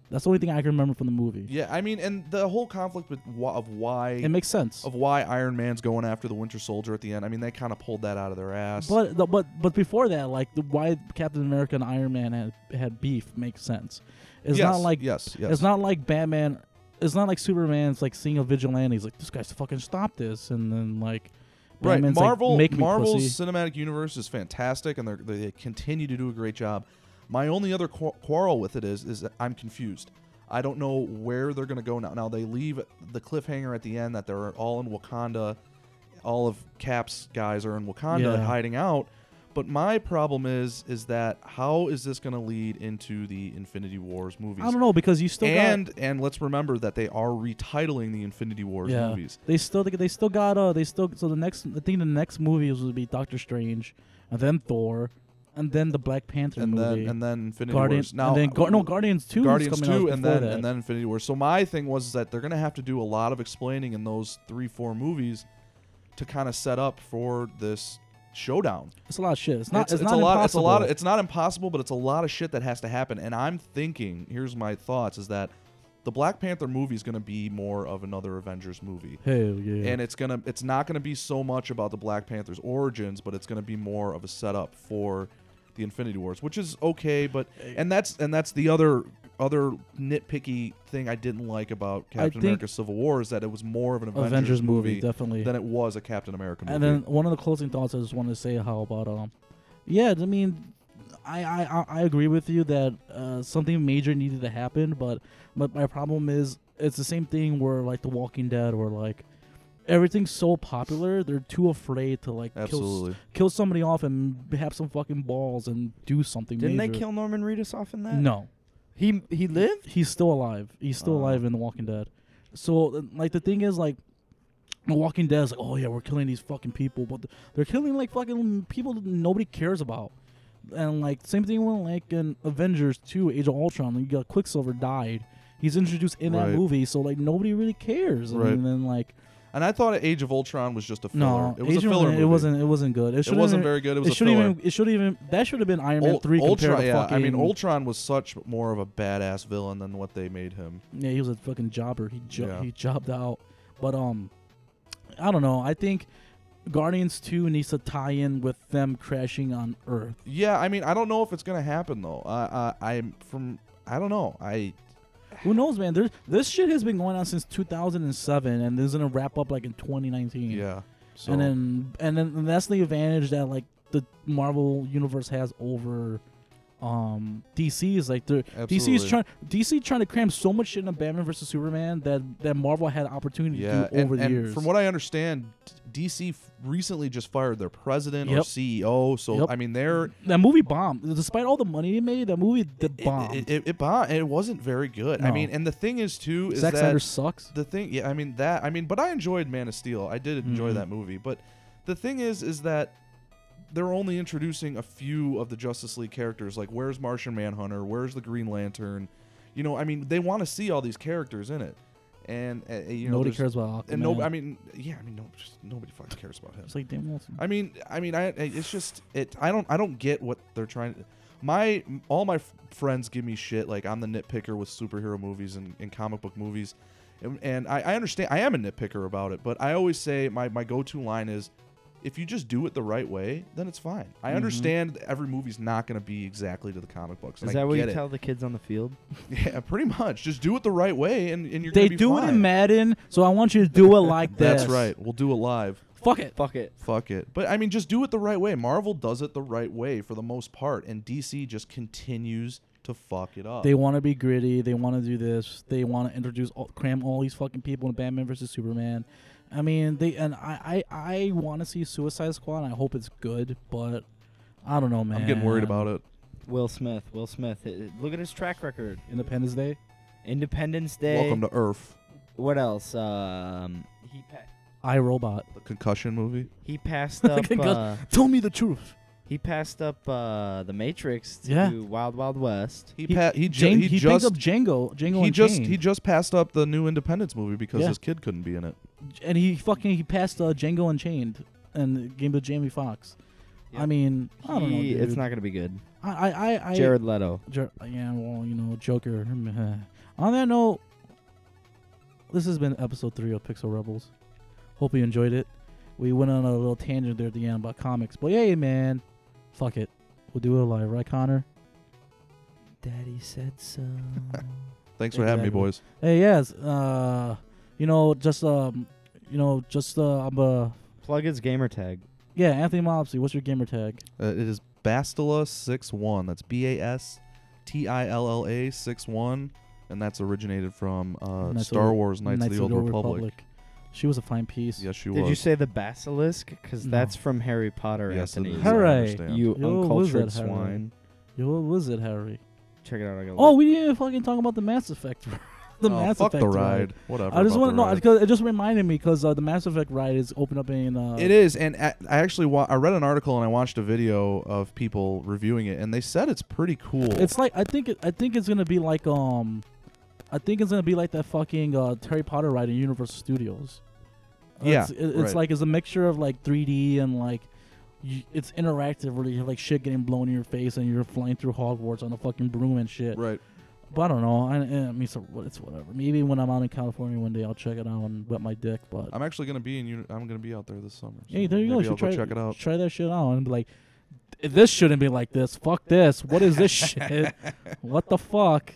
Speaker 1: That's the only thing I can remember from the movie.
Speaker 3: Yeah, I mean, and the whole conflict with wh- of why
Speaker 1: It makes sense.
Speaker 3: of why Iron Man's going after the Winter Soldier at the end. I mean, they kind of pulled that out of their ass.
Speaker 1: But the- but but before that, like the, why Captain America and Iron Man had, had beef makes sense. It's
Speaker 3: yes,
Speaker 1: not like
Speaker 3: yes, yes.
Speaker 1: it's not like Batman. It's not like Superman's like seeing a vigilante. He's like, this guy's fucking stop this, and then like
Speaker 3: right.
Speaker 1: Batman's like,
Speaker 3: Marvel
Speaker 1: make me
Speaker 3: Marvel's
Speaker 1: pussy.
Speaker 3: cinematic universe is fantastic, and they're, they continue to do a great job. My only other qu- quarrel with it is is that I'm confused. I don't know where they're gonna go now. Now they leave the cliffhanger at the end that they're all in Wakanda. All of Cap's guys are in Wakanda
Speaker 1: Yeah.
Speaker 3: hiding out. But my problem is is that how is this gonna lead into the Infinity Wars movies?
Speaker 1: I don't know because you still got,
Speaker 3: and and let's remember that they are retitling the Infinity Wars
Speaker 1: yeah,
Speaker 3: movies.
Speaker 1: They still they still got uh they still so the next I think the next movie was would be Doctor Strange, and then Thor, and then the Black Panther
Speaker 3: and
Speaker 1: movie,
Speaker 3: then and then Infinity
Speaker 1: Guardians,
Speaker 3: Wars. Now uh,
Speaker 1: and then Gar- no Guardians two is
Speaker 3: Guardians
Speaker 1: coming out
Speaker 3: two, and
Speaker 1: before
Speaker 3: then
Speaker 1: that.
Speaker 3: and then Infinity War. So my thing was that they're gonna have to do a lot of explaining in those three four movies to kind of set up for this showdown.
Speaker 1: it's a lot of shit. It's not
Speaker 3: it's,
Speaker 1: it's, not
Speaker 3: a lot. It's a
Speaker 1: impossible.
Speaker 3: lot. Of, it's not impossible, but it's a lot of shit that has to happen. And I'm thinking, here's my thoughts: is that the Black Panther movie is gonna be more of another Avengers movie.
Speaker 1: Hell yeah.
Speaker 3: and it's gonna it's not gonna be so much about the Black Panther's origins, but it's gonna be more of a setup for the Infinity Wars, which is okay. But and that's and that's the other other nitpicky thing I didn't like about Captain
Speaker 1: think-
Speaker 3: America: Civil War is that it was more of an Avengers,
Speaker 1: Avengers movie,
Speaker 3: movie
Speaker 1: definitely.
Speaker 3: than it was a Captain America movie.
Speaker 1: And then one of the closing thoughts I just wanted to say how about um, yeah, I mean, I I, I- I agree with you that uh, something major needed to happen, but but my problem is it's the same thing where like The Walking Dead or like everything's so popular they're too afraid to like kill,
Speaker 3: Absolutely.
Speaker 1: s- kill somebody off and have some fucking balls and do something.
Speaker 4: Didn't they
Speaker 1: major.
Speaker 4: kill Norman Reedus off in that?
Speaker 1: No,
Speaker 4: He he lived.
Speaker 1: he's still alive. He's still
Speaker 4: Oh.
Speaker 1: alive in The Walking Dead. So uh, like the thing is like The Walking Dead is like, oh yeah, we're killing these fucking people, but th- they're killing like fucking people that nobody cares about. And like same thing with like in Avengers 2, Age of Ultron, like, you got Quicksilver died. He's introduced in
Speaker 3: Right.
Speaker 1: that movie, so like nobody really cares.
Speaker 3: Right.
Speaker 1: And then like
Speaker 3: and I thought Age of Ultron was just a filler.
Speaker 1: no,
Speaker 3: it was
Speaker 1: Age
Speaker 3: a
Speaker 1: of
Speaker 3: filler.
Speaker 1: Ultron,
Speaker 3: movie.
Speaker 1: It wasn't. It wasn't good. It,
Speaker 3: It
Speaker 1: shouldn't
Speaker 3: wasn't
Speaker 1: even-
Speaker 3: very good. It was a
Speaker 1: should
Speaker 3: filler.
Speaker 1: even. It should even. That should have been Iron Man
Speaker 3: Ul-
Speaker 1: three compared
Speaker 3: Ultron,
Speaker 1: to
Speaker 3: yeah. I mean,
Speaker 1: fucking-
Speaker 3: Ultron was such more of a badass villain than what they made him.
Speaker 1: Yeah, he was a fucking jobber. He jo-
Speaker 3: Yeah.
Speaker 1: he jobbed out. But um, I don't know. I think Guardians Two needs to tie in with them crashing on Earth.
Speaker 3: Yeah, I mean, I don't know if it's gonna happen though. I, I, I'm from, I don't know. I,
Speaker 1: Who knows, man? There's, this shit has been going on since 2007, and this is gonna wrap up like in 2019.
Speaker 3: yeah. So
Speaker 1: And then and then and that's the advantage that like the Marvel universe has over um DC is like they're DC is
Speaker 3: Absolutely.
Speaker 1: trying DC trying to cram so much shit in Batman versus Superman that that Marvel had opportunity
Speaker 3: yeah,
Speaker 1: to do
Speaker 3: and,
Speaker 1: over the
Speaker 3: and
Speaker 1: years.
Speaker 3: from what I understand, d- DC f- recently just fired their president or
Speaker 1: Yep.
Speaker 3: CEO. So
Speaker 1: Yep.
Speaker 3: I mean, they're
Speaker 1: That movie bombed. Despite all the money they made, that movie did bomb.
Speaker 3: It, it, it bombed. It wasn't very good. I
Speaker 1: No.
Speaker 3: mean, and the thing is too is
Speaker 1: Zack
Speaker 3: that
Speaker 1: Snyder sucks.
Speaker 3: the thing yeah i mean that i mean but i enjoyed man of steel i did enjoy
Speaker 1: Mhm.
Speaker 3: that movie but the thing is is that they're only introducing a few of the justice league characters like where's martian manhunter where's the green lantern you know i mean they want to see all these characters in it and uh, you know
Speaker 1: Nobody
Speaker 3: there's-
Speaker 1: cares about Aquaman.
Speaker 3: and no i mean yeah i mean no, just, nobody fucking cares about him
Speaker 1: it's like Dan Wilson.
Speaker 3: I mean, I mean, I I- it's just it. I don't I don't get what they're trying. to... My all my f- friends give me shit like I'm the nitpicker with superhero movies and, and comic book movies, and, and I, I understand I am a nitpicker about it, but I always say my my go to line is. If you just do it the right way, then it's fine. I
Speaker 4: Mm-hmm.
Speaker 3: understand that every movie's not going to be exactly to the comic books. and
Speaker 4: Is
Speaker 3: I
Speaker 4: that what you
Speaker 3: get it.
Speaker 4: tell the kids on the field?
Speaker 3: Yeah, pretty much. Just do it the right way, and, and you're.
Speaker 1: They
Speaker 3: gonna be
Speaker 1: do it in
Speaker 3: fine.
Speaker 1: Madden, so I want you to do it like this.
Speaker 3: That's right. We'll do it live.
Speaker 1: Fuck it.
Speaker 4: Fuck it.
Speaker 3: Fuck it. But I mean, just do it the right way. Marvel does it the right way for the most part, and DC just continues to fuck it up.
Speaker 1: They want to be gritty. They want to do this. They want to introduce all, cram all these fucking people in Batman versus Superman. I mean, they and I I, I want to see Suicide Squad. And I hope it's good, but I don't know, man.
Speaker 3: I'm getting worried about it.
Speaker 4: Will Smith. Will Smith. Uh, Look at his track record.
Speaker 1: Independence Day.
Speaker 4: Independence Day.
Speaker 3: Welcome to Earth,
Speaker 4: What else? Um, he pa-
Speaker 1: I Robot.
Speaker 3: the concussion movie.
Speaker 4: he passed up. uh,
Speaker 1: Tell me the truth.
Speaker 4: he passed up uh, the Matrix to
Speaker 1: Yeah.
Speaker 4: do Wild Wild West.
Speaker 3: He
Speaker 1: He-
Speaker 3: pa- he, ju-
Speaker 1: Jane,
Speaker 3: he,
Speaker 1: he, picked
Speaker 3: just
Speaker 1: up Django. Django.
Speaker 3: he
Speaker 1: and
Speaker 3: just
Speaker 1: Jane.
Speaker 3: he just passed up the new Independence movie because
Speaker 1: Yeah.
Speaker 3: his kid couldn't be in it.
Speaker 1: and he fucking he passed uh, Django Unchained and gave him to Jamie Foxx. I
Speaker 4: Yep.
Speaker 1: mean, I don't know.
Speaker 4: He-
Speaker 1: Dude.
Speaker 4: it's not gonna be good.
Speaker 1: I I I. I
Speaker 4: Jared Leto.
Speaker 1: Jer- yeah, well, you know, Joker. On that note, this has been episode three of Pixel Rebels. Hope you enjoyed it. We went on a little tangent there at the end about comics, but hey, man, fuck it, we'll do it live, right, Connor?
Speaker 4: Daddy said so.
Speaker 3: Thanks for having
Speaker 1: Exactly.
Speaker 3: me, boys.
Speaker 1: Hey, yes, uh, you know, just um, you know, just uh, I'm uh,
Speaker 4: Plug his gamer tag.
Speaker 1: yeah, Anthony Mopsy. What's your gamer tag?
Speaker 3: Uh, it is Bastila61. That's B A S T I L L A 6 1. And that's originated from uh,
Speaker 1: Knights of
Speaker 3: Star
Speaker 1: the-
Speaker 3: Wars Knights, of the Old Republic.
Speaker 1: She was a fine piece.
Speaker 3: Yes, she
Speaker 4: Did
Speaker 3: was.
Speaker 4: you say the basilisk? Because
Speaker 1: No.
Speaker 4: that's from Harry Potter,
Speaker 3: yes, it
Speaker 4: Anthony.
Speaker 3: is. I
Speaker 1: Hooray.
Speaker 3: understand.
Speaker 4: You
Speaker 1: Yo, what was
Speaker 4: uncultured
Speaker 1: that, Harry?
Speaker 4: swine.
Speaker 1: Yo, what was it, Harry?
Speaker 4: Check it out. I got
Speaker 1: Oh, we didn't even fucking talk about the Mass Effect. the
Speaker 3: oh,
Speaker 1: Mass
Speaker 3: fuck
Speaker 1: Effect
Speaker 3: the ride. Whatever.
Speaker 1: I just
Speaker 3: about
Speaker 1: want to
Speaker 3: the
Speaker 1: know
Speaker 3: ride.
Speaker 1: because it just reminded me because uh, the Mass Effect ride is open up in. Uh,
Speaker 3: It is, and I I actually wa- I read an article and I watched a video of people reviewing it, and they said it's pretty cool.
Speaker 1: It's like I think it, I think it's gonna be like um, I think it's gonna be like that fucking uh, Harry Potter ride in Universal Studios. Uh,
Speaker 3: Yeah,
Speaker 1: it's, it- it's
Speaker 3: right.
Speaker 1: like it's a mixture of like 3D and like y it's interactive where you have like shit getting blown in your face and you're flying through Hogwarts on a fucking broom and shit.
Speaker 3: right.
Speaker 1: But I don't know. I, eh, I mean, it's, a- it's whatever. Maybe when I'm out in California one day, I'll check it out and wet my dick. But
Speaker 3: I'm actually gonna be in. Uni- I'm gonna be out there this summer. so
Speaker 1: Hey, there you go.
Speaker 3: maybe
Speaker 1: You should
Speaker 3: I'll
Speaker 1: try
Speaker 3: go check it out.
Speaker 1: Try that shit out and be like, this shouldn't be like this. Fuck this. What is this shit? What the fuck?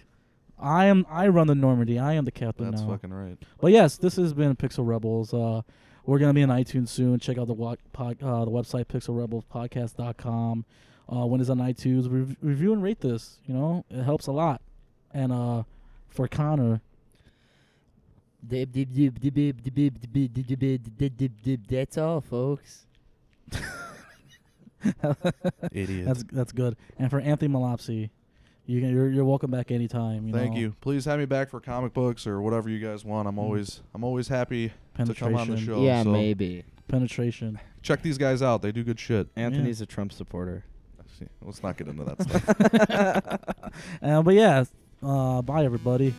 Speaker 1: I am. I run the Normandy. I am the captain
Speaker 3: That's
Speaker 1: now.
Speaker 3: fucking right.
Speaker 1: But yes, this has been Pixel Rebels. Uh, we're gonna be on iTunes soon. Check out the wa- pod, uh, the website pixelrebelspodcast.com. Uh, when it's on iTunes, rev review and rate this. You know, it helps a lot. And uh, for Connor,
Speaker 7: That's all, folks.
Speaker 3: Idiot.
Speaker 1: that's that's good. And for Anthony Malopsy, you can, you're you're welcome back anytime. You
Speaker 3: Thank
Speaker 1: know.
Speaker 3: you. Please have me back for comic books or whatever you guys want. I'm always I'm always happy to come on
Speaker 1: Mm.
Speaker 3: the
Speaker 1: Penetration.
Speaker 3: show.
Speaker 7: yeah,
Speaker 3: so
Speaker 7: maybe.
Speaker 1: penetration.
Speaker 3: Check these guys out. They do good shit.
Speaker 4: Anthony's a Trump supporter.
Speaker 3: Let's not get into that stuff.
Speaker 1: Uh, but yeah, uh, bye everybody.